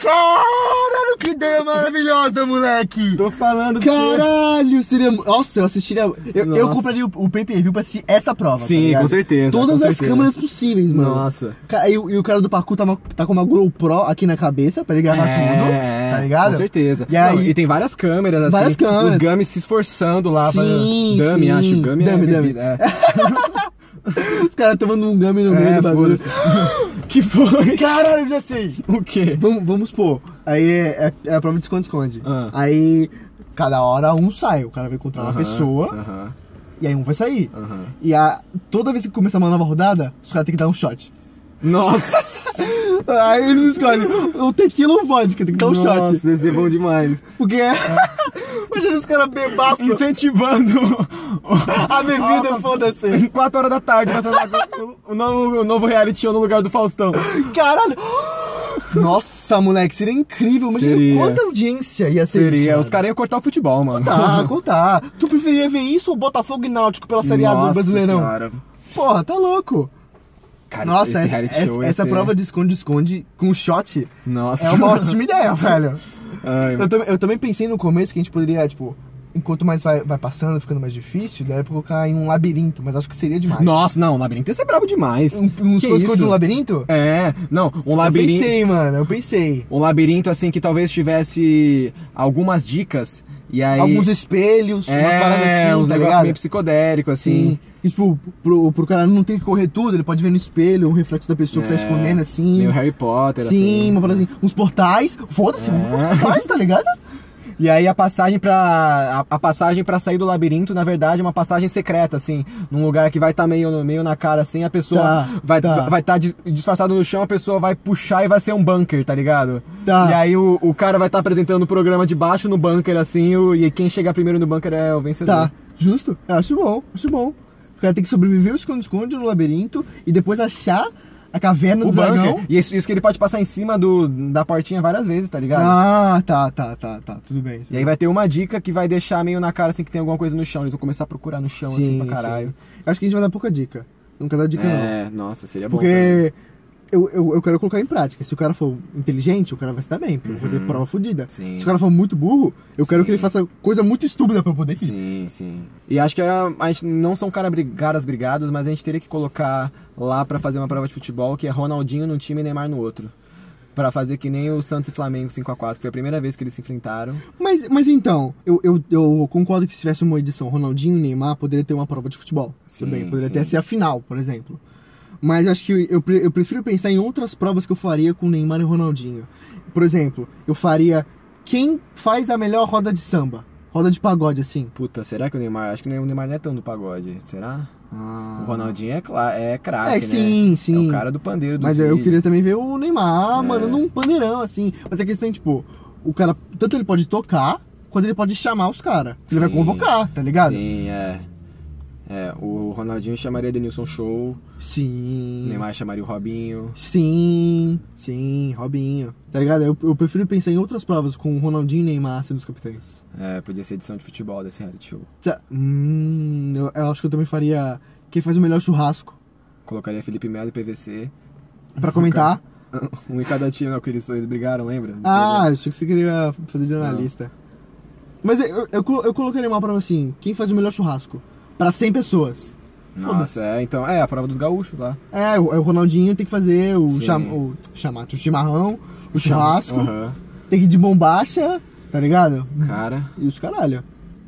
S2: Caralho, que ideia maravilhosa, moleque!
S1: Tô falando que-
S2: Caralho, seria. Nossa, eu assistiria. Eu, eu
S1: Nossa.
S2: compraria o, o pay per view pra assistir essa prova.
S1: Sim,
S2: tá ligado?
S1: com certeza,
S2: Todas
S1: com
S2: as
S1: certeza.
S2: câmeras possíveis, mano.
S1: Nossa.
S2: Cara, e, o- e o cara do parkour tá, ma- tá com uma GoPro aqui na cabeça pra ele gravar tudo. Né, Tá ligado?
S1: É, Com certeza.
S2: E
S1: Não,
S2: aí-
S1: e tem várias câmeras, assim.
S2: Várias
S1: Os
S2: câmeras.
S1: gummies se esforçando lá.
S2: Sim,
S1: pra... Dummy,
S2: sim.
S1: acho. Gummy é
S2: Dummy,
S1: bebida,
S2: [laughs]
S1: é.
S2: Os caras tomando um game no meio
S1: É,
S2: do bagulho.
S1: foda-se. [laughs] que foi?
S2: Caralho, eu já sei!
S1: O quê?
S2: Vamos, vamos pôr. Aí é, é- é a prova de esconde-esconde.
S1: Ah.
S2: Aí cada hora um sai. O cara vai encontrar uma
S1: Aham,
S2: pessoa
S1: Aham,
S2: e aí um vai sair.
S1: aham.
S2: E a, toda vez que começar uma nova rodada, os caras têm que dar um shot. [laughs]
S1: Nossa!
S2: Aí eles escolhem o tequila ou o vodka, tem que dar um shot.
S1: Nossa, esse é bom demais.
S2: Porque. é, [laughs] Imagina os caras bebaços.
S1: Incentivando [laughs]
S2: A bebida,
S1: Ah,
S2: foda-se.
S1: em 4 horas da tarde passando lá com o novo, o novo reality show no lugar do Faustão.
S2: Caralho! [gasps] Nossa, moleque, seria incrível. Imagina
S1: Seria.
S2: quanta audiência ia ser isso,
S1: Seria,
S2: mano.
S1: os caras iam cortar o futebol, mano. [laughs]
S2: Tá, contar. Tu preferia ver isso ou Botafogo e Náutico pela Série A do
S1: [laughs] Nossa
S2: Brasileirão?
S1: Senhora.
S2: Porra, tá louco.
S1: Cara,
S2: Nossa,
S1: esse
S2: essa,
S1: reality
S2: essa-
S1: show ia
S2: essa
S1: ser-
S2: prova de esconde-esconde com
S1: [laughs]
S2: shot
S1: Nossa.
S2: é uma ótima ideia, velho.
S1: Ai,
S2: Eu, também- eu também pensei no começo que a gente poderia, tipo, enquanto mais vai, vai passando, ficando mais difícil, daria pra colocar em um labirinto, mas acho que seria demais.
S1: Nossa, não, o labirinto ia ser brabo demais.
S2: Um, um
S1: Que
S2: esconde-esconde
S1: isso?
S2: no labirinto?
S1: É, não, um
S2: Eu
S1: labirinto.
S2: pensei, mano, eu pensei.
S1: Um labirinto assim que talvez tivesse algumas dicas e aí.
S2: Alguns espelhos, umas paradas
S1: é,
S2: assim,
S1: uns
S2: tá
S1: negócios
S2: ligado?
S1: meio psicodélico, assim.
S2: Sim. E, tipo, pro, pro cara não ter que correr tudo, ele pode ver no espelho o reflexo da pessoa que tá
S1: É,
S2: escondendo, assim.
S1: Meio Harry Potter,
S2: Sim,
S1: assim.
S2: uma parada assim. Uns portais. Foda-se,
S1: É.
S2: uns portais,
S1: [laughs]
S2: tá ligado?
S1: E aí a passagem pra. A, a passagem para sair do labirinto, na verdade, é uma passagem secreta, assim. Num lugar que vai estar meio meio, no- meio na cara, assim, a pessoa
S2: Tá,
S1: vai
S2: tá.
S1: vai estar disfarçado no chão, a pessoa vai puxar e vai ser um bunker, tá ligado?
S2: Tá.
S1: E aí o, o cara vai estar apresentando o programa de baixo no bunker, assim, o- e quem chegar primeiro no bunker é o vencedor.
S2: Tá, justo. Eu acho bom, acho bom. O cara tem que sobreviver o esconde-esconde no labirinto e depois achar a caverna
S1: O
S2: do dragão.
S1: bunker. Tá E isso, isso que ele pode passar em cima do, da portinha várias vezes, tá ligado?
S2: Ah, tá, tá, tá, tá. Tudo bem.
S1: E aí vai ter uma dica que vai deixar meio na cara assim que tem alguma coisa no chão. Eles vão começar a procurar no chão assim pra caralho.
S2: sim. Acho que a gente vai dar pouca dica. Não quero dar
S1: É.
S2: dica, não.
S1: nossa, seria
S2: Porque eu, eu, eu quero colocar em prática. Se o cara for inteligente, o cara vai se dar bem, porque eu vou fazer
S1: Uhum.
S2: prova fodida.
S1: Sim.
S2: Se o cara for muito burro, eu quero
S1: Sim.
S2: que ele faça coisa muito estúpida pra eu poder ir.
S1: Sim, sim. E acho que a, a gente não são cara bri- caras brigados, mas a gente teria que colocar lá pra fazer uma prova de futebol que é Ronaldinho num time e Neymar no outro. Pra fazer que nem o Santos e Flamengo 5x4, que foi a primeira vez que eles se enfrentaram.
S2: Mas, mas então, eu, eu, eu concordo que se tivesse uma edição Ronaldinho e Neymar, poderia ter uma prova de futebol.
S1: Sim,
S2: Tudo bem, poderia
S1: sim.
S2: até ser a final, por exemplo. Mas acho que eu, pre- eu prefiro pensar em outras provas que eu faria com Neymar e Ronaldinho. Por exemplo, eu faria quem faz a melhor roda de samba. Roda de pagode, assim.
S1: Puta, será que o Neymar. Acho que o Neymar não é tão do pagode. Será?
S2: Ah.
S1: O Ronaldinho é, cla- é craque,
S2: É,
S1: né?
S2: sim,
S1: É
S2: sim.
S1: o cara do pandeiro do
S2: Mas é eu queria também ver o Neymar
S1: É.
S2: mandando um pandeirão, assim. Mas a questão é, tipo, o cara, tanto ele pode tocar, quanto ele pode chamar os caras. Ele vai
S1: Sim.
S2: convocar, tá ligado?
S1: Sim, é. É, o Ronaldinho chamaria Denilson Show, o
S2: Sim.
S1: Neymar chamaria o Robinho.
S2: Sim, sim, Robinho. Tá ligado? Eu, eu prefiro pensar em outras provas com o Ronaldinho e Neymar sendo os capitães.
S1: É, podia ser edição de futebol desse reality show.
S2: Sa- Hum, eu, eu acho que eu também faria quem faz o melhor churrasco
S1: Colocaria Felipe Melo e PVC. [laughs]
S2: pra comentar.
S1: Um em cada time, não, que eles dois brigaram, lembra?
S2: Ah, eu achei que você queria fazer de analista. Mas eu, eu, colo- eu colocaria uma prova assim: quem faz o melhor churrasco? Pra 100 pessoas.
S1: Nossa, é, então, é a prova dos gaúchos lá.
S2: É, o, é o Ronaldinho tem que fazer o,
S1: Sim.
S2: cham, o chamate, o chimarrão, o churrasco,
S1: Aham.
S2: tem que ir de bombacha, tá ligado?
S1: Cara,
S2: E os caralho.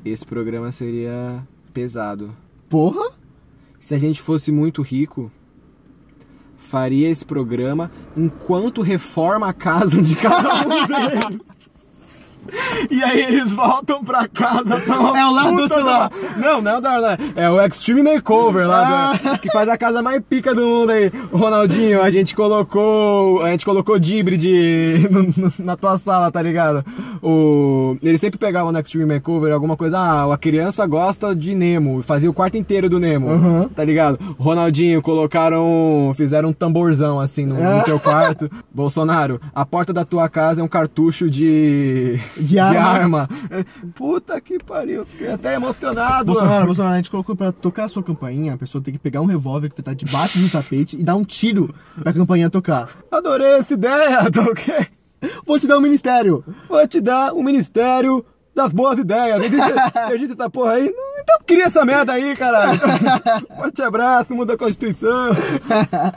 S1: esse programa seria pesado.
S2: Porra!
S1: Se a gente fosse muito rico, faria esse programa enquanto reforma a casa de cada um
S2: [laughs]
S1: deles. E aí eles voltam pra casa, tá uma
S2: É o lado
S1: puta
S2: do celular.
S1: da- [laughs] Não, não é o da lá. É o Extreme Makeover lá, do- que faz a casa mais pica do mundo aí. Ronaldinho, a gente colocou... A gente colocou Dibre de... [laughs] no- no- na tua sala, tá ligado? O... Eles sempre pegavam no Extreme Makeover alguma coisa... Ah, a criança gosta de Nemo. e Fazia o quarto inteiro do Nemo,
S2: Uhum.
S1: tá ligado? Ronaldinho, colocaram... Fizeram um tamborzão, assim, no, no teu quarto. Bolsonaro, a porta da tua casa é um cartucho de...
S2: De arma.
S1: É, Puta que pariu, fiquei até emocionado.
S2: Bolsonaro, Bolsonaro, a gente colocou pra tocar a sua campainha, a pessoa tem que pegar um revólver que tá debaixo do tapete e dar um tiro pra campainha tocar.
S1: Adorei essa ideia, [laughs] tá ok?
S2: Vou te dar um ministério.
S1: Vou te dar o Ministério das Boas Ideias. Acredita, acredita essa porra aí? Não, Então cria essa merda aí, [laughs] caralho. Forte abraço, muda a Constituição.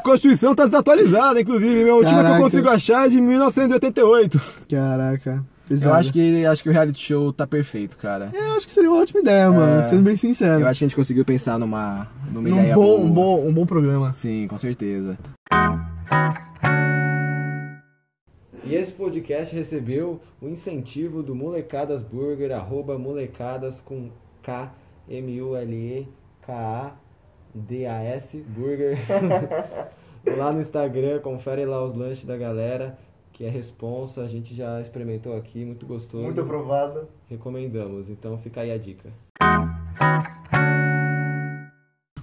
S1: Constituição tá desatualizada, inclusive. Meu último que eu
S2: Caraca.
S1: consigo achar é de 1988.
S2: Caraca, pesado.
S1: Eu acho que, acho que o reality show tá perfeito, cara.
S2: É, eu acho que seria uma ótima ideia, mano, sendo bem sincero.
S1: Eu acho que a gente conseguiu pensar numa, numa
S2: Num
S1: ideia
S2: bom,
S1: boa.
S2: um, bom, um bom programa.
S1: Sim, com certeza. E esse podcast recebeu o incentivo do Molecadas Burger, arroba molecadas com K, M-U-L-E-K-A-D-A-S, Burger. [laughs] lá no Instagram, confere lá os lanches da galera, que é responsa, a gente já experimentou aqui, muito gostoso.
S2: aprovado.
S1: Recomendamos, então fica aí a dica.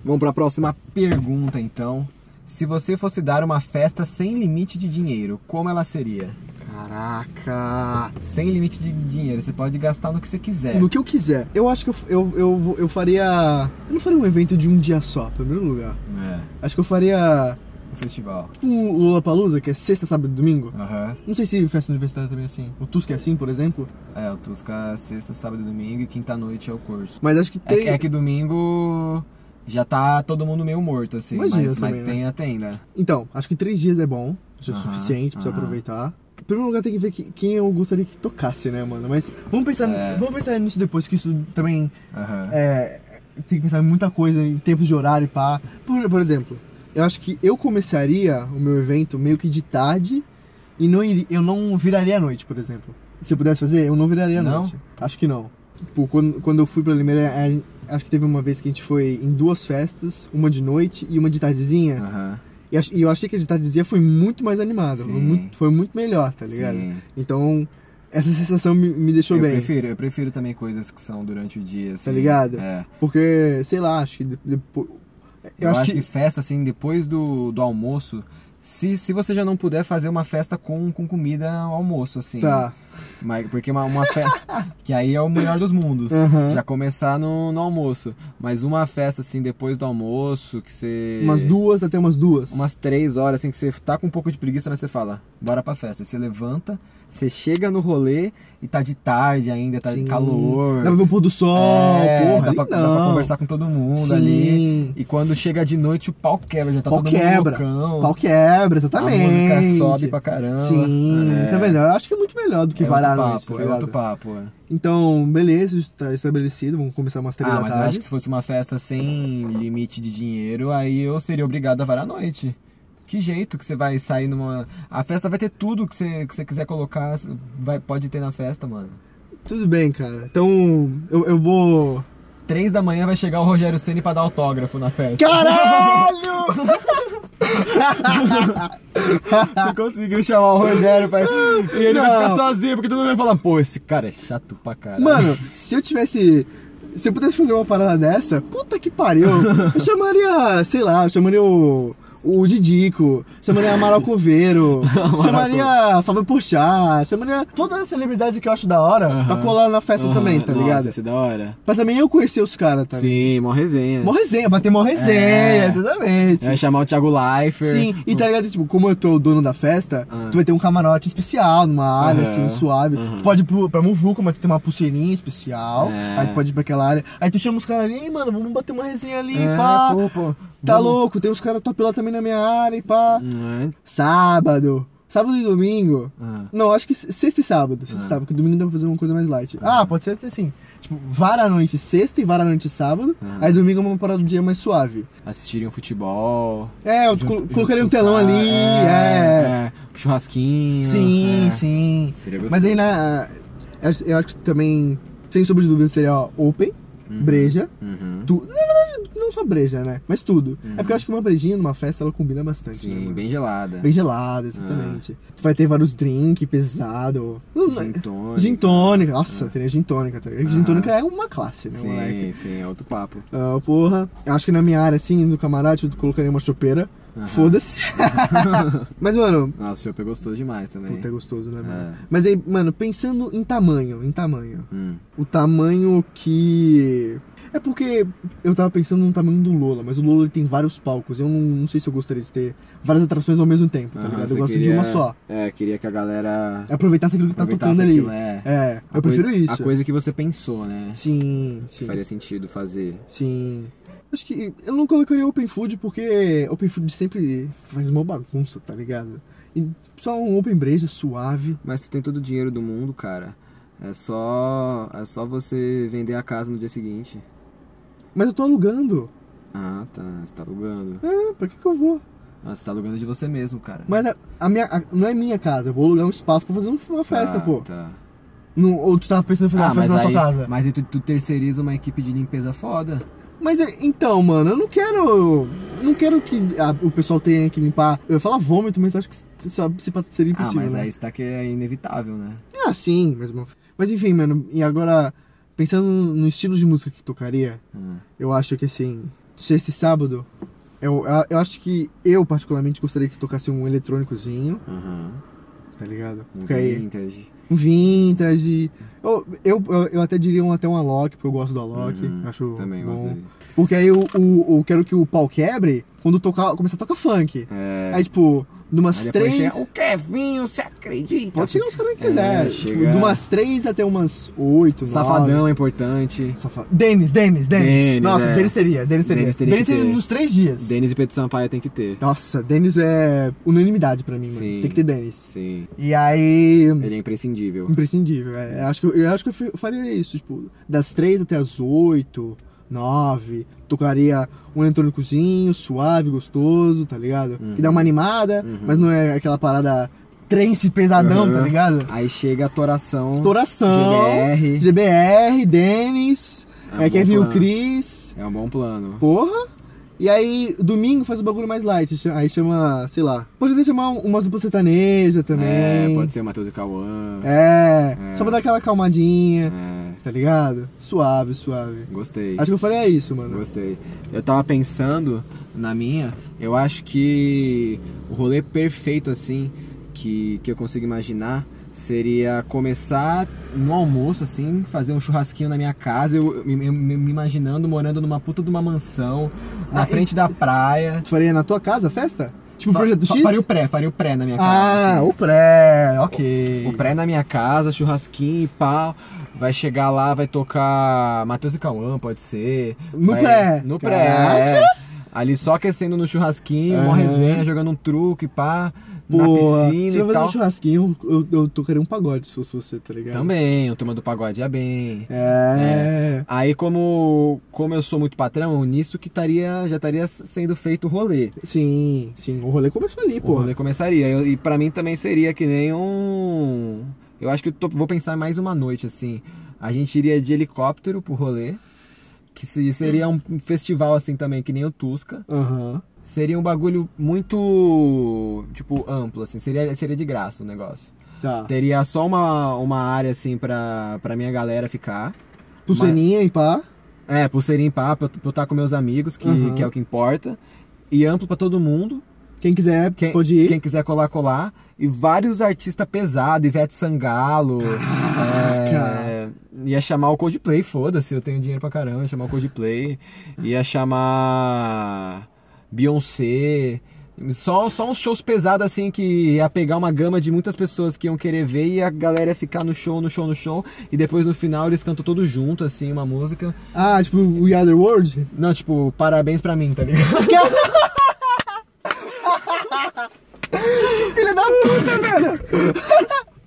S1: Vamos para a próxima pergunta, então. Se você fosse dar uma festa sem limite de dinheiro, como ela seria?
S2: Caraca.
S1: Sem limite de dinheiro, você pode gastar no que você quiser.
S2: No que eu quiser. Eu acho que eu, eu, eu, eu faria. Eu não faria um evento de um dia só, em primeiro lugar.
S1: É,
S2: Acho que eu faria.
S1: o festival.
S2: Tipo o Lula Palusa, que é sexta, sábado e domingo.
S1: Aham.
S2: Não sei se festa universitária também é assim. O Tusk é assim, por exemplo.
S1: É, o Tusca sexta, sábado e domingo e quinta-noite é o curso.
S2: Mas acho que
S1: É,
S2: tem.
S1: que- é que domingo já tá todo mundo meio morto, assim.
S2: Imagina
S1: mas mas
S2: também, né?
S1: tem até ainda.
S2: Então, acho que três dias é bom. Já é
S1: Aham,
S2: suficiente pra você
S1: aham.
S2: aproveitar. Em primeiro lugar, tem que ver que- quem eu gostaria que tocasse, né, mano? Mas vamos pensar,
S1: É.
S2: vamos pensar nisso depois, que isso também
S1: Aham.
S2: é, tem que pensar em muita coisa, em tempos de horário e pá. Por, por exemplo, eu acho que eu começaria o meu evento meio que de tarde e não iri- eu não viraria à noite, por exemplo. Se eu pudesse fazer, eu não viraria à
S1: Não?
S2: noite. Acho que não. Tipo, quando, quando eu fui pra Limeira, a- acho que teve uma vez que a gente foi em duas festas, uma de noite e uma de tardezinha.
S1: Aham.
S2: E, ach- e eu achei que a de tardezinha foi muito mais animada, foi
S1: Sim.
S2: muito, foi muito melhor, tá ligado?
S1: Sim.
S2: Então, essa sensação me, me deixou
S1: eu
S2: bem.
S1: prefiro, eu prefiro também coisas que são durante o dia, assim.
S2: Tá ligado?
S1: É.
S2: Porque, sei lá, acho que depois.
S1: Eu, acho, que... festa, assim, depois do, do almoço, se, se você já não puder fazer uma festa com, com comida ao almoço, assim.
S2: Tá.
S1: Mas, porque uma, uma festa. [laughs] que aí é o melhor dos mundos.
S2: Aham.
S1: Já começar no, no almoço. Mas uma festa, assim, depois do almoço, que você.
S2: Umas duas até umas duas.
S1: Umas três horas, assim, que você tá com um pouco de preguiça, mas você fala, bora pra festa. Aí Você levanta, você chega no rolê e tá de tarde ainda, tá de
S2: Sim.
S1: calor.
S2: Dá pra ver o pôr do
S1: É,
S2: sol, Ah, porra.
S1: dá,
S2: ali
S1: pra, dá
S2: não.
S1: pra conversar com todo mundo
S2: Sim.
S1: ali. E quando chega de noite, o pau quebra, já tá
S2: Pau
S1: todo
S2: quebra,
S1: mundo loucão.
S2: Pau quebra,
S1: a
S2: exatamente.
S1: música sobe pra caramba.
S2: Sim,
S1: É,
S2: tá melhor. Eu acho que é muito melhor do que
S1: é
S2: varar a
S1: outro papo,
S2: noite, tá
S1: é
S2: ligado?
S1: outro papo. é.
S2: Então, beleza, isso tá estabelecido. Vamos começar umas três
S1: Ah,
S2: da
S1: mas eu
S2: tarde.
S1: acho que se fosse uma festa sem limite de dinheiro, aí eu seria obrigado a varar a noite. Que jeito que você vai sair numa. A festa vai ter tudo que você, que você quiser colocar, vai, pode ter na festa, mano.
S2: Tudo bem, cara. Então, eu,
S1: [laughs]
S2: eu vou.
S1: Três da manhã vai chegar o Rogério Ceni pra dar autógrafo na festa.
S2: Caralho!
S1: Você conseguiu chamar o Rogério pra... E ele vai ficar
S2: Tá. Não.
S1: sozinho, porque todo mundo vai falar, pô, esse cara é chato pra caralho.
S2: Mano, se eu tivesse. Se eu pudesse fazer uma parada dessa, puta que pariu! Eu chamaria, sei lá, eu chamaria o. O Didico, chamaria
S1: [laughs]
S2: Amaral Coveiro, chamaria Fábio Porchat, chamaria toda a celebridade que eu acho da hora pra
S1: Aham.
S2: colar na festa também, tá
S1: Nossa,
S2: ligado?
S1: isso é da hora.
S2: Pra também eu conhecer os caras, tá ligado?
S1: Sim, mó resenha.
S2: Mó resenha, pra ter mó resenha,
S1: É.
S2: exatamente.
S1: Vai chamar o Thiago Leifert.
S2: Sim, e tá ligado? Tipo, como eu tô o dono da festa,
S1: Ah.
S2: tu vai ter um camarote especial, numa área
S1: Aham,
S2: assim, suave.
S1: aham.
S2: Tu pode ir pro, pra Muvuca, mas tu tem uma pulseirinha especial.
S1: É.
S2: Aí tu pode ir pra aquela área. Aí tu chama os caras ali, "Ei, mano, vamos bater uma resenha ali,
S1: É,
S2: pá.
S1: pô, pô,
S2: Tá
S1: vamos.
S2: louco, tem uns caras top lá também na minha área, e pá.
S1: Não é?
S2: Sábado, Sábado e domingo.
S1: Ah,
S2: Não, acho que sexta e sábado. Sexta
S1: Ah.
S2: e sábado, que domingo dá pra fazer uma coisa mais light.
S1: Ah.
S2: Ah, pode ser até assim. Tipo, vara à noite sexta e vara à noite sábado.
S1: Ah.
S2: Aí domingo é uma parada do dia mais suave.
S1: assistirem um futebol.
S2: É, eu
S1: junto-
S2: colo-
S1: junto
S2: colocaria
S1: com
S2: um
S1: os
S2: telão
S1: caras,
S2: ali. É.
S1: é, Churrasquinho.
S2: Sim,
S1: é.
S2: sim.
S1: Seria
S2: Mas
S1: gostoso.
S2: aí na. Eu acho- eu acho que também, sem sombra de dúvida, seria ó, open, breja.
S1: Uhum.
S2: Tu... Na verdade, não só breja, né? Mas tudo.
S1: Uhum.
S2: É porque eu acho que uma brejinha numa festa ela combina bastante. né,
S1: Sim,
S2: mano?
S1: bem gelada.
S2: Bem gelada, exatamente. Tu vai ter vários drinks pesado. Não, não-
S1: Gin tônica.
S2: Gin tônica. Nossa, teria gin tônica. Tá? ligado? Gin
S1: Ah.
S2: tônica é uma classe, né,
S1: Sim,
S2: moleque?
S1: sim, é outro papo.
S2: Ah, porra, acho que na minha área, assim, no camarote, eu colocaria uma chopeira.
S1: Aham.
S2: Foda-se.
S1: [laughs]
S2: Mas, mano,
S1: Nossa, o chopp é gostoso demais também.
S2: puta, é gostoso, né, mano?
S1: É.
S2: Mas aí, mano, pensando em tamanho, em tamanho.
S1: Hum.
S2: O tamanho que. É porque eu tava pensando no tamanho do Lola, mas o Lola ele tem vários palcos. Eu não, não sei se eu gostaria de ter várias atrações ao mesmo tempo, tá
S1: Aham,
S2: ligado?
S1: você
S2: Eu gosto de
S1: queria-
S2: uma só.
S1: É, queria que a galera
S2: Aproveitasse aquilo que tá tocando
S1: aproveitasse
S2: ali.
S1: aquilo. É.
S2: É, eu
S1: A
S2: prefiro
S1: coi-
S2: isso.
S1: A coisa que você pensou, né?
S2: Sim, sim.
S1: Faria sentido fazer.
S2: Sim. Acho que eu não colocaria Open Food porque Open Food sempre faz uma bagunça, tá ligado? E só um Open Breja suave.
S1: Mas tu tem todo o dinheiro do mundo, cara. É só. É só você vender a casa no dia seguinte.
S2: Mas eu tô alugando.
S1: Ah, tá. Você tá alugando.
S2: Ah, pra que que eu vou?
S1: Ah, você tá alugando de você mesmo, cara.
S2: Mas a, a minha, a- não é minha casa, eu vou alugar um espaço pra fazer um- uma festa,
S1: Tá,
S2: pô.
S1: Tá.
S2: Não, ou tu tava pensando em fazer
S1: Ah,
S2: uma festa
S1: mas
S2: na
S1: aí,
S2: sua casa.
S1: mas aí tu, tu terceiriza uma equipe de limpeza foda. Ah,
S2: Mas é- então, mano, eu não quero. Não quero que a- o pessoal tenha que limpar. Eu ia falar vômito, mas acho que isso se pa- seria
S1: Ah,
S2: impossível.
S1: mas
S2: né?
S1: aí está que é inevitável, né?
S2: Ah, sim, mas, mas enfim, mano, e agora, pensando no estilo de música que tocaria,
S1: Ah,
S2: eu acho que assim, sexta e sábado, eu, eu- eu acho que eu particularmente gostaria que tocasse um eletrônicozinho,
S1: Aham.
S2: tá ligado?
S1: Um
S2: Porque aí,
S1: vintage.
S2: um vintage. Eu, eu, eu, eu até diria um, até um Alok, porque eu gosto do Alok,
S1: Uhum,
S2: acho
S1: Também
S2: bom.
S1: gosto dele.
S2: Porque aí eu, eu, eu quero que o pau quebre quando tocar, começar a tocar funk.
S1: É.
S2: Aí, tipo, de umas
S1: Aí depois
S2: três.
S1: chega, o Kevinho, você acredita?
S2: Pode chegar os caras que quiser.
S1: É,
S2: tipo,
S1: chega-
S2: de umas três até umas oito, nove.
S1: Safadão é importante.
S2: Safa- Denis, Denis, Denis.
S1: Denis,
S2: Nossa,
S1: é.
S2: Denis teria, Denis teria.
S1: Denis
S2: Denis
S1: teria
S2: teria,
S1: que ter.
S2: nos três dias.
S1: Denis e Pedro Sampaio tem que ter.
S2: Nossa, Denis é unanimidade pra mim, mano.
S1: Sim.
S2: Tem que ter Denis.
S1: Sim.
S2: E aí.
S1: Ele é imprescindível.
S2: Imprescindível. É. Eu, acho que eu, eu acho que eu fi- faria isso, tipo, das três até as oito, nove. Tocaria um eletrônicozinho, suave, gostoso, tá ligado?
S1: Uhum.
S2: Que dá uma animada,
S1: Uhum.
S2: mas não é aquela parada trance pesadão,
S1: Uhum.
S2: tá ligado?
S1: Aí chega a toração.
S2: Toração,
S1: GBR.
S2: GBR, Denis,
S1: um
S2: é,
S1: bom
S2: Kevin o
S1: plano.
S2: Cris.
S1: É um bom plano.
S2: Porra! E aí, domingo faz o bagulho mais light. cha- Aí chama, sei lá. Pode até chamar um- umas dupla sertaneja também.
S1: É, pode ser Matheus e Cauã.
S2: É,
S1: É.
S2: só pra dar aquela calmadinha,
S1: É,
S2: tá ligado? Suave, suave.
S1: Gostei.
S2: Acho que eu faria isso, mano.
S1: Gostei. Eu tava pensando na minha, eu acho que o rolê perfeito assim que, que eu consigo imaginar seria começar no almoço assim, fazer um churrasquinho na minha casa, eu, eu me- me- me imaginando morando numa puta de uma mansão, na
S2: Ah,
S1: frente da praia.
S2: Tu faria na tua casa a festa? Tipo
S1: Fa-
S2: Projeto
S1: fa-
S2: X?
S1: Faria o pré, faria o pré na minha casa.
S2: ah,
S1: assim.
S2: o pré, ok.
S1: O pré na minha casa, churrasquinho e pau. Vai chegar lá, vai tocar Matheus e Cauã, pode ser.
S2: No
S1: Vai-
S2: pré.
S1: No pré, é. Ali só aquecendo no churrasquinho, mó
S2: Aham.
S1: resenha, jogando um truque, pá. na
S2: Boa. se
S1: piscina
S2: eu
S1: e
S2: fazer um
S1: tal.
S2: churrasquinho, eu, eu, eu tocaria um pagode se fosse você, tá ligado?
S1: Também, o turma do pagode ia bem.
S2: É.
S1: Aí, como, como eu sou muito patrão, nisso que taria, já estaria sendo feito o rolê.
S2: Sim, sim. O rolê começou ali,
S1: O
S2: pô.
S1: rolê começaria. Eu- e pra mim também seria que nem um. Eu acho que eu tô- vou pensar mais uma noite, assim. A gente iria de helicóptero pro rolê. Que se- seria um festival assim também, que nem o Tusca.
S2: Aham.
S1: Seria um bagulho muito. Tipo, amplo, assim. Seria, seria de graça o negócio.
S2: Tá.
S1: Teria só uma, uma área, assim, pra, pra minha galera ficar.
S2: Pulseirinha e pá.
S1: É, pulseirinha em papo, pra eu estar com meus amigos, que,
S2: Uhum.
S1: que é o que importa. E amplo pra todo mundo.
S2: Quem quiser
S1: Quem,
S2: pode ir.
S1: quem quiser colar, colar. E vários artistas pesados, Ivete Sangalo.
S2: Caraca.
S1: é, ia chamar o Coldplay, foda-se, eu tenho dinheiro pra caramba, ia chamar o Coldplay. Ia chamar Beyoncé. Só, só uns shows pesados assim que ia pegar uma gama de muitas pessoas que iam querer ver e a galera ia ficar no show, no show, no show. E depois no final eles cantam todo junto, assim, uma música.
S2: Ah, tipo, We Are The World?
S1: Não, tipo, parabéns pra mim, tá ligado?
S2: Filha da puta, cara.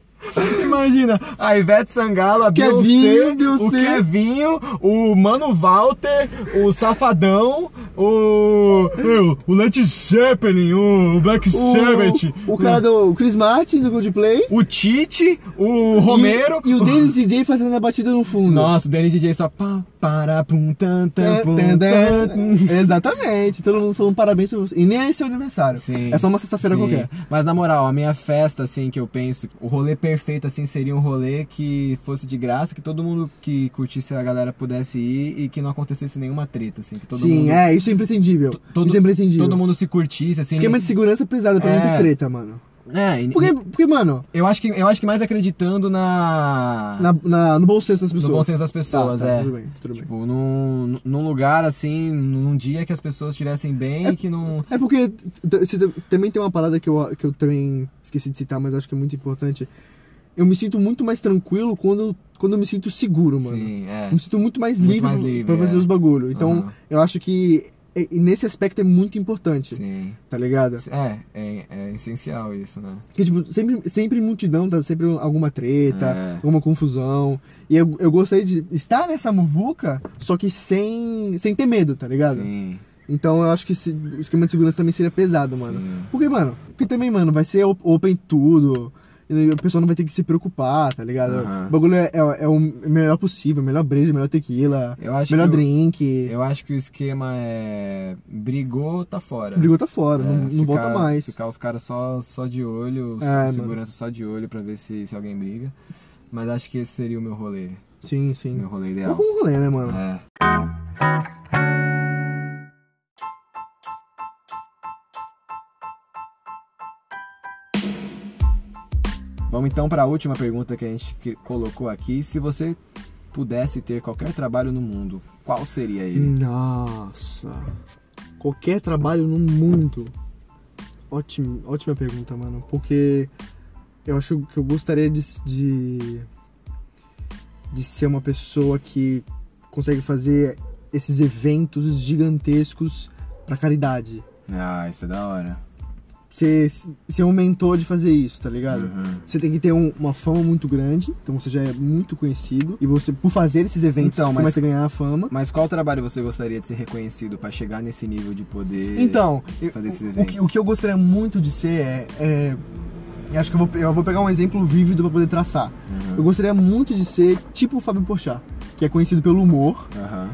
S1: Imagina, a Ivete Sangalo, a Beyoncé,
S2: Kevinho, Beyoncé.
S1: o Kevinho, o Mano Walter, o Safadão, o. eu, o Led Zeppelin, o Black Sabbath,
S2: O, o cara do Chris Martin, do Coldplay.
S1: o Tite, o Romero.
S2: E, e o Dennis DJ fazendo a batida no fundo.
S1: Nossa, o Danny DJ só. Pá, para, pum, tan, tan,
S2: Tan,
S1: pum,
S2: tan,
S1: tan,
S2: tan.
S1: tan.
S2: Exatamente, todo mundo falando parabéns pra você. E nem é seu aniversário.
S1: Sim.
S2: É só uma sexta-feira
S1: Sim.
S2: qualquer.
S1: Mas na moral, a minha festa, assim, que eu penso, o rolê perfeito, assim, seria um rolê que fosse de graça, que todo mundo que curtisse a galera pudesse ir e que não acontecesse nenhuma treta, assim, que todo
S2: Sim,
S1: mundo.
S2: é, isso é imprescindível.
S1: todo-
S2: isso é imprescindível.
S1: Todo mundo se curtisse, assim.
S2: Esquema de segurança pesada pra não
S1: É.
S2: ter treta, mano.
S1: É, e-
S2: Porque, porque mano,
S1: eu acho que eu acho que mais acreditando na,
S2: na, na- no bom senso das
S1: Ah. no
S2: pessoas.
S1: bom senso das pessoas,
S2: Tá, tá,
S1: é.
S2: Tudo bem, tudo bem.
S1: Tipo, num, num lugar assim, num dia que as pessoas estivessem bem e que não.
S2: É porque t- se t- também tem uma parada que eu, que eu também esqueci de citar, mas acho que é muito importante. Eu me sinto muito mais tranquilo quando, quando eu me sinto seguro, mano.
S1: Sim, é.
S2: Eu me sinto muito mais
S1: Muito
S2: livre,
S1: mais
S2: pra-
S1: livre,
S2: pra fazer
S1: é.
S2: os bagulho. Então,
S1: Aham.
S2: eu acho que e- e nesse aspecto é muito importante,
S1: Sim.
S2: tá ligado?
S1: É, é, é essencial isso, né?
S2: Porque, tipo, sempre, sempre em multidão tá sempre alguma treta,
S1: É.
S2: alguma confusão. E eu, eu gostaria de estar nessa muvuca, só que sem, sem ter medo, tá ligado?
S1: Sim.
S2: Então eu acho que se- o esquema de segurança também seria pesado, mano.
S1: Sim.
S2: Porque, mano, porque também, mano, vai ser op- open tudo. E O pessoal não vai ter que se preocupar, tá ligado?
S1: Aham.
S2: O bagulho é, é- é o melhor possível, melhor breja, melhor tequila,
S1: Eu É, acho
S2: melhor
S1: que o-
S2: drink.
S1: Eu acho que o esquema é. Brigou, tá fora.
S2: Brigou tá fora,
S1: É,
S2: não, não
S1: ficar-
S2: volta mais.
S1: Ficar os caras só, só de olho, os-
S2: É, mano.
S1: os segurança só de olho pra ver se, se alguém briga. Mas acho que esse seria o meu rolê.
S2: Sim, sim.
S1: Meu rolê
S2: É
S1: ideal.
S2: um bom rolê, né, mano?
S1: É. Vamos então para a última pergunta que a gente que- colocou aqui. Se você pudesse ter qualquer trabalho no mundo, qual seria ele?
S2: Nossa. Qualquer trabalho no mundo. Ótimo, ótima pergunta, mano. Porque eu acho que eu gostaria de, s- de, de ser uma pessoa que consegue fazer esses eventos gigantescos pra caridade.
S1: Ah, isso é da hora.
S2: Ser, ser um mentor de fazer isso, tá ligado?
S1: Uhum.
S2: Você tem que ter um- uma fama muito grande, então você já é muito conhecido. E você, por fazer esses eventos,
S1: Então, mas-
S2: começa a ganhar fama.
S1: Mas qual trabalho você gostaria de ser reconhecido para chegar nesse nível de poder?
S2: Então, eu-
S1: fazer esses
S2: o- o,
S1: eventos.
S2: que, o que eu gostaria muito de ser é. é- eu acho que eu vou, eu vou pegar um exemplo vívido pra poder traçar.
S1: Uhum.
S2: Eu gostaria muito de ser tipo o Fábio Pochá, que é conhecido pelo humor,
S1: Aham.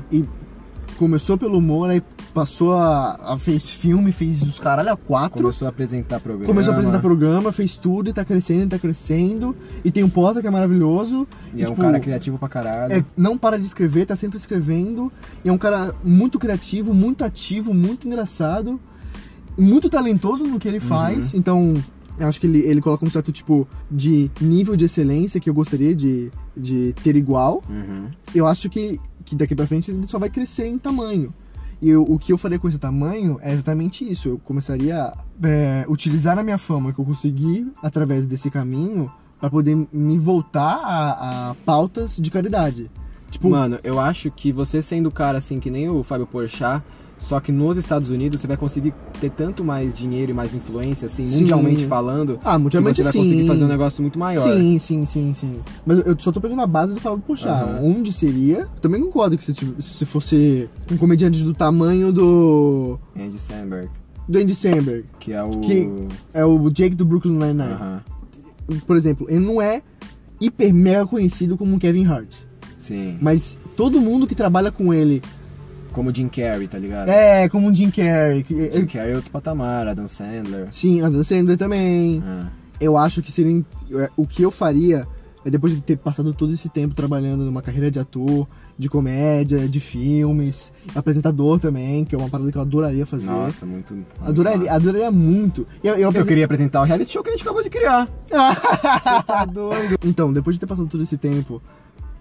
S2: começou pelo humor, aí passou a. a- fez filme, fez os caralho a quatro.
S1: Começou a apresentar programa.
S2: Começou a apresentar programa, fez tudo e tá crescendo e tá crescendo. E tem o Porta que é maravilhoso.
S1: E é um
S2: tipo,
S1: cara criativo pra caralho.
S2: é, não para de escrever, tá sempre escrevendo. E é um cara muito criativo, muito ativo, muito engraçado, muito talentoso no que ele faz. Então, eu acho que ele, ele coloca um certo tipo de nível de excelência que eu gostaria de, de ter igual.
S1: Uhum.
S2: Eu acho que, que daqui pra frente ele só vai crescer em tamanho. E eu- o que eu faria com esse tamanho é exatamente isso. Eu começaria a é, utilizar a minha fama que eu consegui através desse caminho para poder me voltar a, a pautas de caridade. Tipo,
S1: Mano, eu acho que você sendo o cara assim que nem o Fábio Porchat, só que nos Estados Unidos você vai conseguir ter tanto mais dinheiro e mais influência, assim,
S2: Sim.
S1: mundialmente falando,
S2: ah,
S1: que
S2: mundialmente
S1: você vai
S2: sim.
S1: conseguir fazer um negócio muito maior.
S2: Sim, sim, sim, sim. Mas eu só tô pegando a base do Fábio Pochá.
S1: Aham.
S2: Onde seria? Também concordo que se, tiv- se fosse um comediante do tamanho do,
S1: Andy Samberg,
S2: do Andy Samberg.
S1: que é o.
S2: Que- É o Jake do Brooklyn Nine-Nine.
S1: Aham.
S2: por exemplo, ele não é hiper mega conhecido como um Kevin Hart.
S1: Sim.
S2: Mas todo mundo que trabalha com ele
S1: Como o Jim Carrey, tá ligado?
S2: é como um Jim Carrey. que-
S1: Jim
S2: é-
S1: Carrey é outro patamar, Adam Sandler.
S2: Sim, Adam Sandler também.
S1: Ah,
S2: Eu acho que seria. é, O que eu faria é depois de ter passado todo esse tempo trabalhando numa carreira de ator, de comédia, de filmes, apresentador também, que é uma parada que eu adoraria fazer.
S1: Nossa, muito. muito
S2: Adoraria,
S1: massa.
S2: adoraria muito. Eu, eu
S1: Eu
S2: apresen-
S1: queria apresentar o reality show que a gente acabou de criar. Tá doido.
S2: [laughs] Então, depois de ter passado todo esse tempo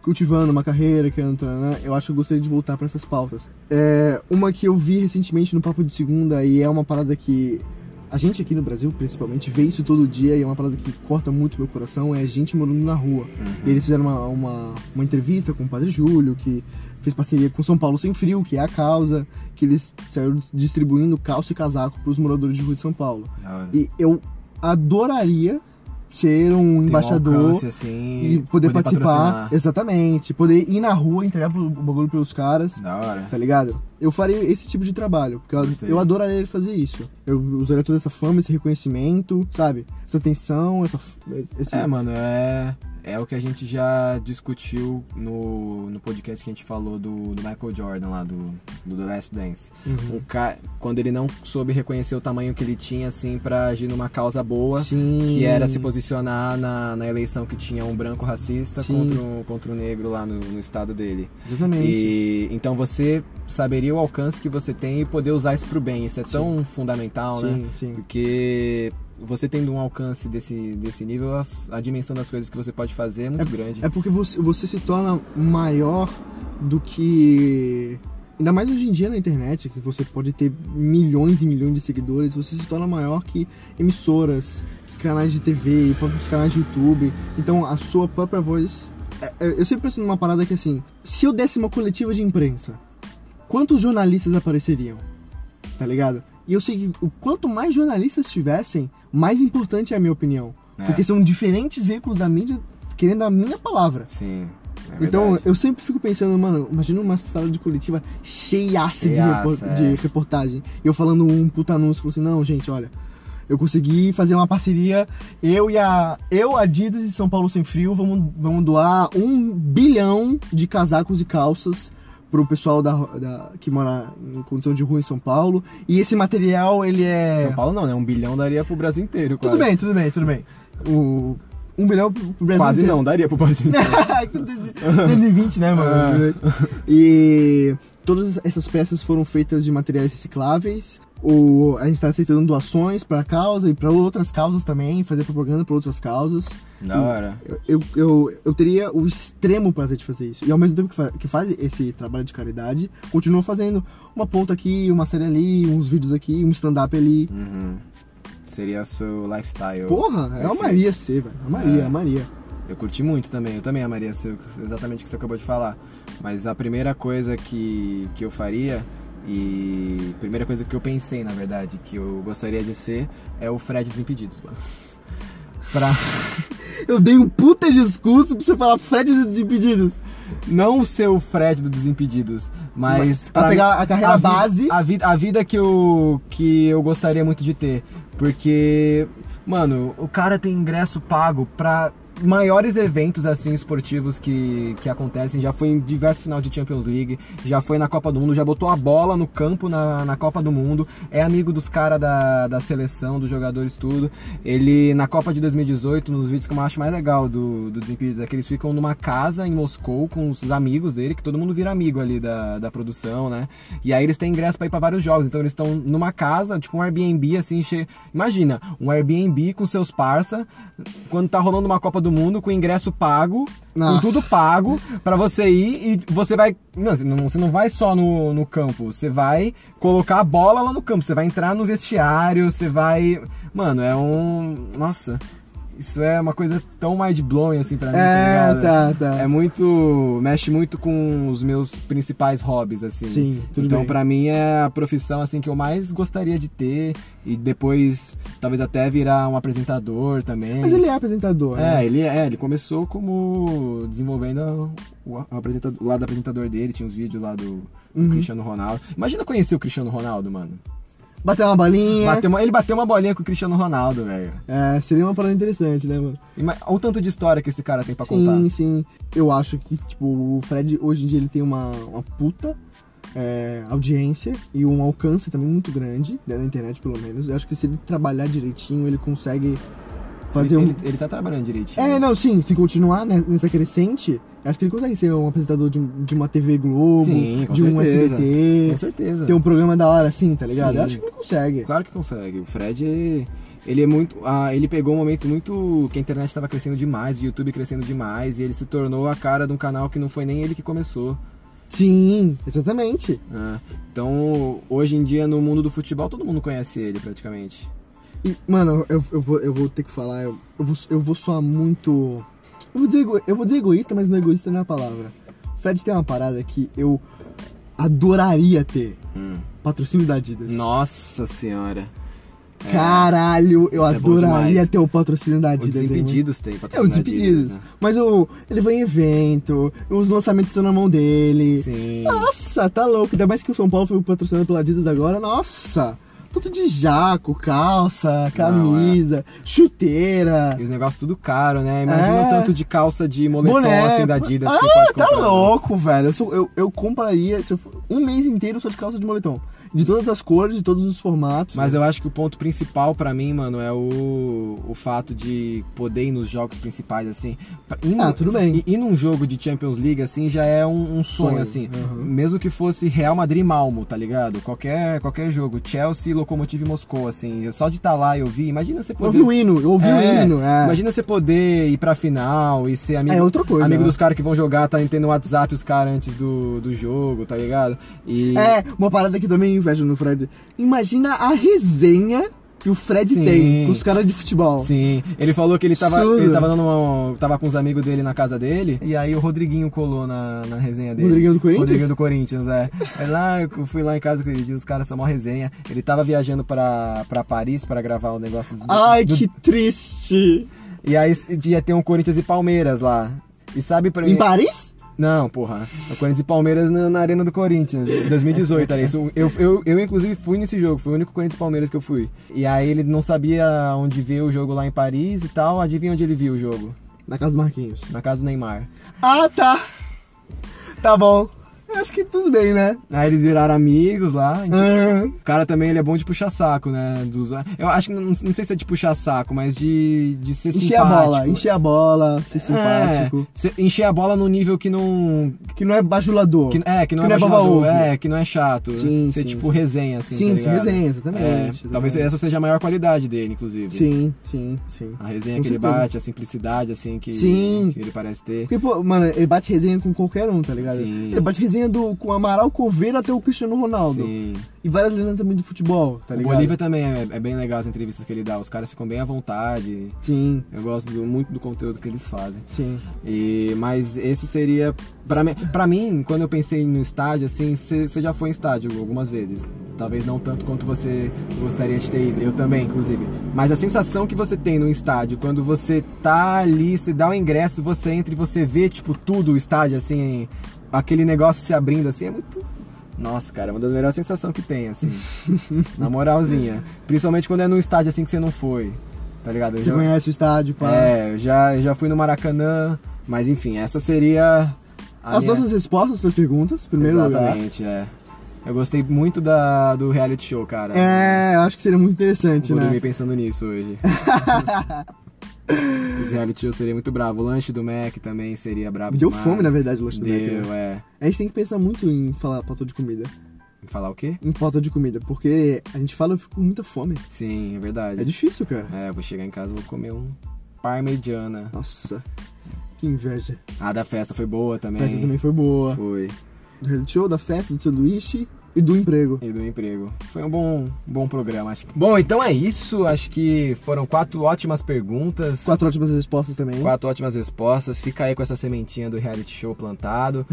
S2: cultivando uma carreira, criando, tananã, né, eu acho que eu gostaria de voltar pra essas pautas. É, uma que eu vi recentemente no Papo de Segunda e é uma parada que a gente aqui no Brasil, principalmente, vê isso todo dia e é uma parada que corta muito meu coração, é gente morando na rua.
S1: Uhum.
S2: E eles fizeram uma, uma, uma entrevista com o Padre Júlio, que fez parceria com São Paulo Sem Frio, que é a causa, que eles saíram distribuindo calça e casaco pros moradores de rua de São Paulo.
S1: Da hora.
S2: E eu adoraria ser um
S1: Tem um
S2: embaixador
S1: alcance, assim,
S2: e poder, participar.
S1: patrocinar.
S2: Exatamente. Poder ir na rua, entregar pro- o bagulho pros caras.
S1: Da hora.
S2: Tá ligado? Eu faria esse tipo de trabalho, porque eu,
S1: Gostei.
S2: eu adoraria fazer isso. Eu usaria toda essa fama, esse reconhecimento, sabe? Essa atenção, essa. f- Esse...
S1: É, mano, é, é o que a gente já discutiu no, no podcast que a gente falou do, do Michael Jordan lá, do, do The Last Dance.
S2: Uhum.
S1: Um ca... Quando ele não soube reconhecer o tamanho que ele tinha, assim, pra agir numa causa boa,
S2: Sim.
S1: que era se posicionar na, na eleição que tinha um branco racista
S2: Sim.
S1: contra um, contra um negro lá no, no estado dele.
S2: Exatamente.
S1: E então você saberia o alcance que você tem e poder usar isso pro bem. Isso é tão fundamental, né?
S2: sim, sim.
S1: Porque você tendo um alcance desse, desse nível, as- a, dimensão das coisas que você pode fazer é muito grande.
S2: É porque você, você se torna maior do que. Ainda mais hoje em dia na internet, que você pode ter milhões e milhões de seguidores, você se torna maior que emissoras, que canais de TV, e próprios canais de YouTube. Então a sua própria voz. é- é- Eu sempre penso numa parada que assim: se eu desse uma coletiva de imprensa, quantos jornalistas apareceriam? Tá ligado? E eu sei que o quanto mais jornalistas tivessem, mais importante é a minha opinião.
S1: É.
S2: Porque são diferentes veículos da mídia querendo a minha palavra.
S1: Sim. é
S2: então,
S1: verdade.
S2: eu sempre fico pensando, mano, imagina uma sala de coletiva cheiaça de,
S1: Cheiaça,
S2: repor-
S1: é.
S2: de reportagem. E eu falando um puta anúncio, falando assim, não, gente, olha, eu consegui fazer uma parceria, eu e a... Eu, Adidas e São Paulo Sem Frio, vamos, vamos doar um bilhão de casacos e calças pro pessoal da, da- que mora em condição de rua em São Paulo. E esse material, ele é...
S1: São Paulo né? não, né? Um bilhão daria pro Brasil inteiro,
S2: Tudo
S1: quase.
S2: bem, tudo bem, tudo bem. O... Um bilhão pro pro Brasil
S1: Quase
S2: inteiro.
S1: não, daria pro
S2: [laughs]
S1: Brasil inteiro.
S2: 220, né,
S1: É.
S2: mano? E todas essas peças foram feitas de materiais recicláveis. O, a gente tá aceitando doações pra causa e pra outras causas também, fazer propaganda pra outras causas.
S1: da hora.
S2: Eu, eu, eu, eu teria o extremo prazer de fazer isso. E ao mesmo tempo que, fa- que faz esse trabalho de caridade, continua fazendo uma ponta aqui, uma série ali, uns vídeos aqui, um stand-up ali.
S1: Uhum. Seria seu lifestyle.
S2: Porra, é eu
S1: Perfeito.
S2: amaria ser, velho. Amaria,
S1: É.
S2: amaria.
S1: Eu curti muito também, eu também amaria ser exatamente o que você acabou de falar. Mas a primeira coisa que, que eu faria, e primeira coisa que eu pensei, na verdade, que eu gostaria de ser, é o Fred Desimpedidos, mano. [laughs] Pra...
S2: Eu dei um puta discurso pra você falar Fred dos Desimpedidos.
S1: Não ser o Fred do Desimpedidos, mas...
S2: pra pegar a carreira
S1: vida-
S2: base.
S1: A vida, a vida que, eu, que eu gostaria muito de ter. Porque, mano, o cara tem ingresso pago pra maiores eventos, assim, esportivos que, que acontecem. Já foi em diversos finais de Champions League, já foi na Copa do Mundo, já botou a bola no campo na, na Copa do Mundo. É amigo dos caras da, da seleção, dos jogadores, tudo. Ele, na Copa de 2018, nos um vídeos que eu acho mais legal do, do Desimpedidos, é que eles ficam numa casa em Moscou com os amigos dele, que todo mundo vira amigo ali da, da produção, né? E aí eles têm ingresso pra ir pra vários jogos. Então eles estão numa casa, tipo um Airbnb, assim, cheio. Imagina, um Airbnb com seus parça, quando tá rolando uma Copa do Mundo, com ingresso pago, com
S2: Nossa.
S1: tudo pago, pra você ir e você vai. Não, você não, você não vai só no, no campo, você vai colocar a bola lá no campo, você vai entrar no vestiário, você vai. Mano, é um. Nossa. Isso é uma coisa tão mind-blowing, assim, pra mim, tá
S2: É,
S1: ligado?
S2: tá, tá.
S1: É muito. mexe muito com os meus principais hobbies, assim.
S2: Sim, tudo
S1: Então,
S2: bem.
S1: pra mim, é a profissão assim que eu mais gostaria de ter. E depois, talvez até virar um apresentador também.
S2: Mas ele é apresentador, né?
S1: É, ele é, ele começou como desenvolvendo o, o apresentador- o lado apresentador dele, tinha uns vídeos lá do, do
S2: Uhum.
S1: Cristiano Ronaldo. Imagina conhecer o Cristiano Ronaldo, mano.
S2: Bater uma balinha.
S1: Bateu uma- ele bateu uma bolinha com o Cristiano Ronaldo, velho.
S2: É, seria uma parada interessante, né, mano?
S1: Ima- Olha o tanto de história que esse cara tem pra
S2: Sim,
S1: contar.
S2: sim. Eu acho que, tipo, o Fred hoje em dia ele tem uma, uma puta é, audiência e um alcance também muito grande, né, na internet pelo menos. Eu acho que se ele trabalhar direitinho, ele consegue fazer
S1: ele,
S2: um.
S1: ele, ele tá trabalhando direitinho.
S2: É, não, sim, se continuar ne- nessa crescente, eu acho que ele consegue ser um apresentador de, um- de uma TV Globo,
S1: Sim, com
S2: de um
S1: certeza.
S2: SBT,
S1: Com certeza.
S2: ter um programa da hora assim, tá ligado? Eu
S1: Sim.
S2: acho que ele consegue.
S1: Claro que consegue. O Fred, ele é muito. ah, ele pegou um momento muito. que a internet estava crescendo demais, o YouTube crescendo demais, e ele se tornou a cara de um canal que não foi nem ele que começou.
S2: Sim, exatamente.
S1: né? Então, hoje em dia, no mundo do futebol, todo mundo conhece ele praticamente.
S2: E, mano, eu, eu, vou, eu vou ter que falar, eu, eu, vou, eu vou soar muito. Eu vou, dizer, ego- eu vou dizer egoísta, mas não egoísta não é a palavra. Fred tem uma parada que eu
S1: Hum.
S2: adoraria ter: patrocínio da Adidas.
S1: Nossa senhora.
S2: Caralho, eu
S1: É. Isso é bom
S2: adoraria
S1: demais.
S2: ter o patrocínio da
S1: Os
S2: Adidas. hein, mano?
S1: Desimpedidos tem
S2: É, os
S1: patrocínio da Adidas,
S2: despedidos.
S1: né?
S2: Mas o, ele vai em evento, os lançamentos estão na mão dele.
S1: né? Sim.
S2: Nossa, tá louco. Ainda mais que o São Paulo foi patrocinado pela Adidas agora. Nossa, tudo de jaco,
S1: é.
S2: calça, camisa, chuteira.
S1: E os negócios tudo caro, né? Imagina
S2: É.
S1: o tanto de calça de moletom
S2: Boné.
S1: assim da Adidas que
S2: Ah,
S1: pode comprar. né?
S2: tá louco, velho. Eu, sou- eu, eu compraria se eu for- um mês inteiro só de calça de moletom. De todas as cores, de todos os formatos.
S1: Mas eu acho que o ponto principal pra mim, mano, é o, o fato de poder ir nos jogos principais, assim. Pra- Ir,
S2: Ah, tudo bem.
S1: ir- ir num jogo de Champions League, assim, já é um, um sonho,
S2: Sonho,
S1: assim.
S2: uhum.
S1: Mesmo que fosse Real Madrid e Malmo, tá ligado? Qualquer, qualquer jogo. Chelsea e Locomotive Moscou, assim. Eu- Só de estar lá eu vi. Imagina você
S2: ouvi
S1: poder.
S2: o hino, eu ouvi
S1: É,
S2: o hino. É,
S1: Imagina você poder ir pra final e ser amigo,
S2: é outra coisa.
S1: amigo
S2: né?
S1: dos caras que vão jogar, tá tendo WhatsApp os caras antes do, do jogo, tá ligado? E.
S2: É, uma parada que também inveja no Fred. Imagina a resenha que o Fred
S1: Sim.
S2: tem com os caras de futebol.
S1: Sim, ele falou que ele tava,
S2: Absurdo.
S1: ele tava, dando uma- tava com os amigos dele na casa dele, e aí o Rodriguinho colou na, na resenha dele.
S2: Rodriguinho do Corinthians?
S1: Rodriguinho do Corinthians, é. Aí lá, eu fui lá em casa aquele dia, os caras são mó resenha. Ele tava viajando pra, pra Paris pra gravar o negócio do,
S2: Ai,
S1: do-
S2: que triste.
S1: E aí esse dia tem um Corinthians e Palmeiras lá. E sabe pra
S2: Em Paris?
S1: Não, porra. É O Corinthians e Palmeiras na, na Arena do Corinthians, em 2018, era isso. Eu, eu, eu, inclusive, fui nesse jogo, foi o único Corinthians e Palmeiras que eu fui. E aí ele não sabia onde ver o jogo lá em Paris e tal. Adivinha onde ele viu o jogo?
S2: Na casa do Marquinhos.
S1: Na casa do Neymar.
S2: Ah, tá. Tá bom. Eu acho que tudo bem, né?
S1: Aí eles viraram amigos lá.
S2: Ah,
S1: O cara também, ele é bom de puxar saco, né? Dos- Eu acho que, não, não sei se é de puxar saco, mas de, de ser
S2: encher a
S1: simpático. É.
S2: bola, encher a bola, ser
S1: simpático.
S2: simpático.
S1: encher a bola no nível que não...
S2: Que não é bajulador.
S1: Que, é, que não
S2: Que
S1: é,
S2: não é
S1: bajulador,
S2: baba-ovo.
S1: é, que não é chato.
S2: Sim,
S1: ser
S2: sim,
S1: tipo
S2: sim.
S1: resenha, assim,
S2: sim,
S1: tá
S2: sim,
S1: ligado?
S2: resenha, exatamente.
S1: É,
S2: exatamente.
S1: talvez essa seja a maior qualidade dele, inclusive.
S2: Sim, sim, sim.
S1: A resenha
S2: Com
S1: que ele
S2: certeza.
S1: bate, a simplicidade, assim, que,
S2: Sim.
S1: que ele parece ter.
S2: Porque, pô, mano, ele bate resenha com qualquer um, tá ligado?
S1: Sim.
S2: Ele bate resenha do, com o Amaral Coveiro até o Cristiano Ronaldo.
S1: Sim.
S2: E várias lendas também de futebol, tá
S1: o
S2: ligado?
S1: Bolívia também é, é bem legal as entrevistas que ele dá. Os caras ficam bem à vontade.
S2: Sim,
S1: Eu gosto do- muito do conteúdo que eles fazem.
S2: sim.
S1: E, mas esse seria. Pra, mim- pra mim, quando eu pensei no estádio, assim, você já foi em estádio algumas vezes. Talvez não tanto quanto você gostaria de ter ido. Eu também, inclusive. Mas a sensação que você tem no estádio, quando você tá ali, você dá o ingresso, você entra e você vê, tipo, tudo o estádio, assim, aquele negócio se abrindo, assim, é muito. Nossa, cara, é uma das melhores sensações que tem, assim. na moralzinha. Principalmente quando é num estádio assim que você não foi. Tá ligado? Eu
S2: Você
S1: já-
S2: conhece o estádio, pá.
S1: é, eu já, eu já fui no Maracanã, mas enfim, essa seria a
S2: As
S1: minha...
S2: nossas respostas para as perguntas, em primeiro lugar.
S1: Exatamente, é. Eu gostei muito da, do reality show, cara.
S2: É, eu acho que seria muito interessante,
S1: Vou
S2: né?
S1: dormir pensando nisso
S2: [laughs]
S1: hoje. Esse reality show seria muito bravo. O lanche do Mac também seria brabo
S2: Deu
S1: demais.
S2: fome, na verdade, o lanche do Mac, né?
S1: Deu, é.
S2: A gente tem que pensar muito em falar pauta de comida.
S1: Falar o quê?
S2: Em pauta de comida, porque a gente fala, eu fico com muita fome.
S1: Sim, é verdade.
S2: É difícil, cara.
S1: É, eu vou chegar em casa e vou comer um parmegiana.
S2: Nossa, que inveja.
S1: A da festa foi boa também.
S2: A festa também foi boa.
S1: Foi.
S2: Do reality show, da festa, do sanduíche e do emprego.
S1: E do emprego. Foi um bom, bom programa, acho. que. Bom, então é isso. Acho que foram quatro ótimas perguntas. Quatro.
S2: Quatro ótimas respostas também.
S1: ótimas respostas. Fica aí com essa sementinha do reality show plantado.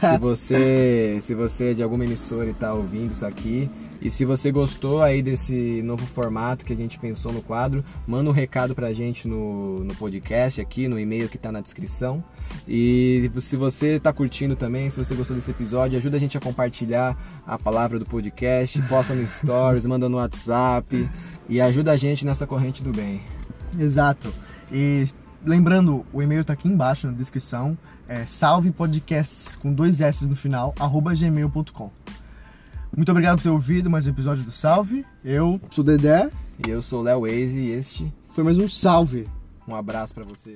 S1: se você, se você é de alguma emissora e tá ouvindo isso aqui, e se você gostou aí desse novo formato que a gente pensou no quadro, manda um recado pra gente no, no podcast aqui, no e-mail que tá na descrição. E se você tá curtindo também, se você gostou desse episódio, ajuda a gente a compartilhar a palavra do podcast, posta no stories, manda no WhatsApp e ajuda a gente nessa corrente do bem.
S2: Exato. E lembrando, o e-mail tá aqui embaixo na descrição. É salvepodcasts com dois S no final, arroba gmail.com. Muito obrigado por ter ouvido mais um episódio do Salve. Eu sou o Dedé.
S1: E eu sou o Léo Waze e este,
S2: Foi mais um salve.
S1: um abraço pra você.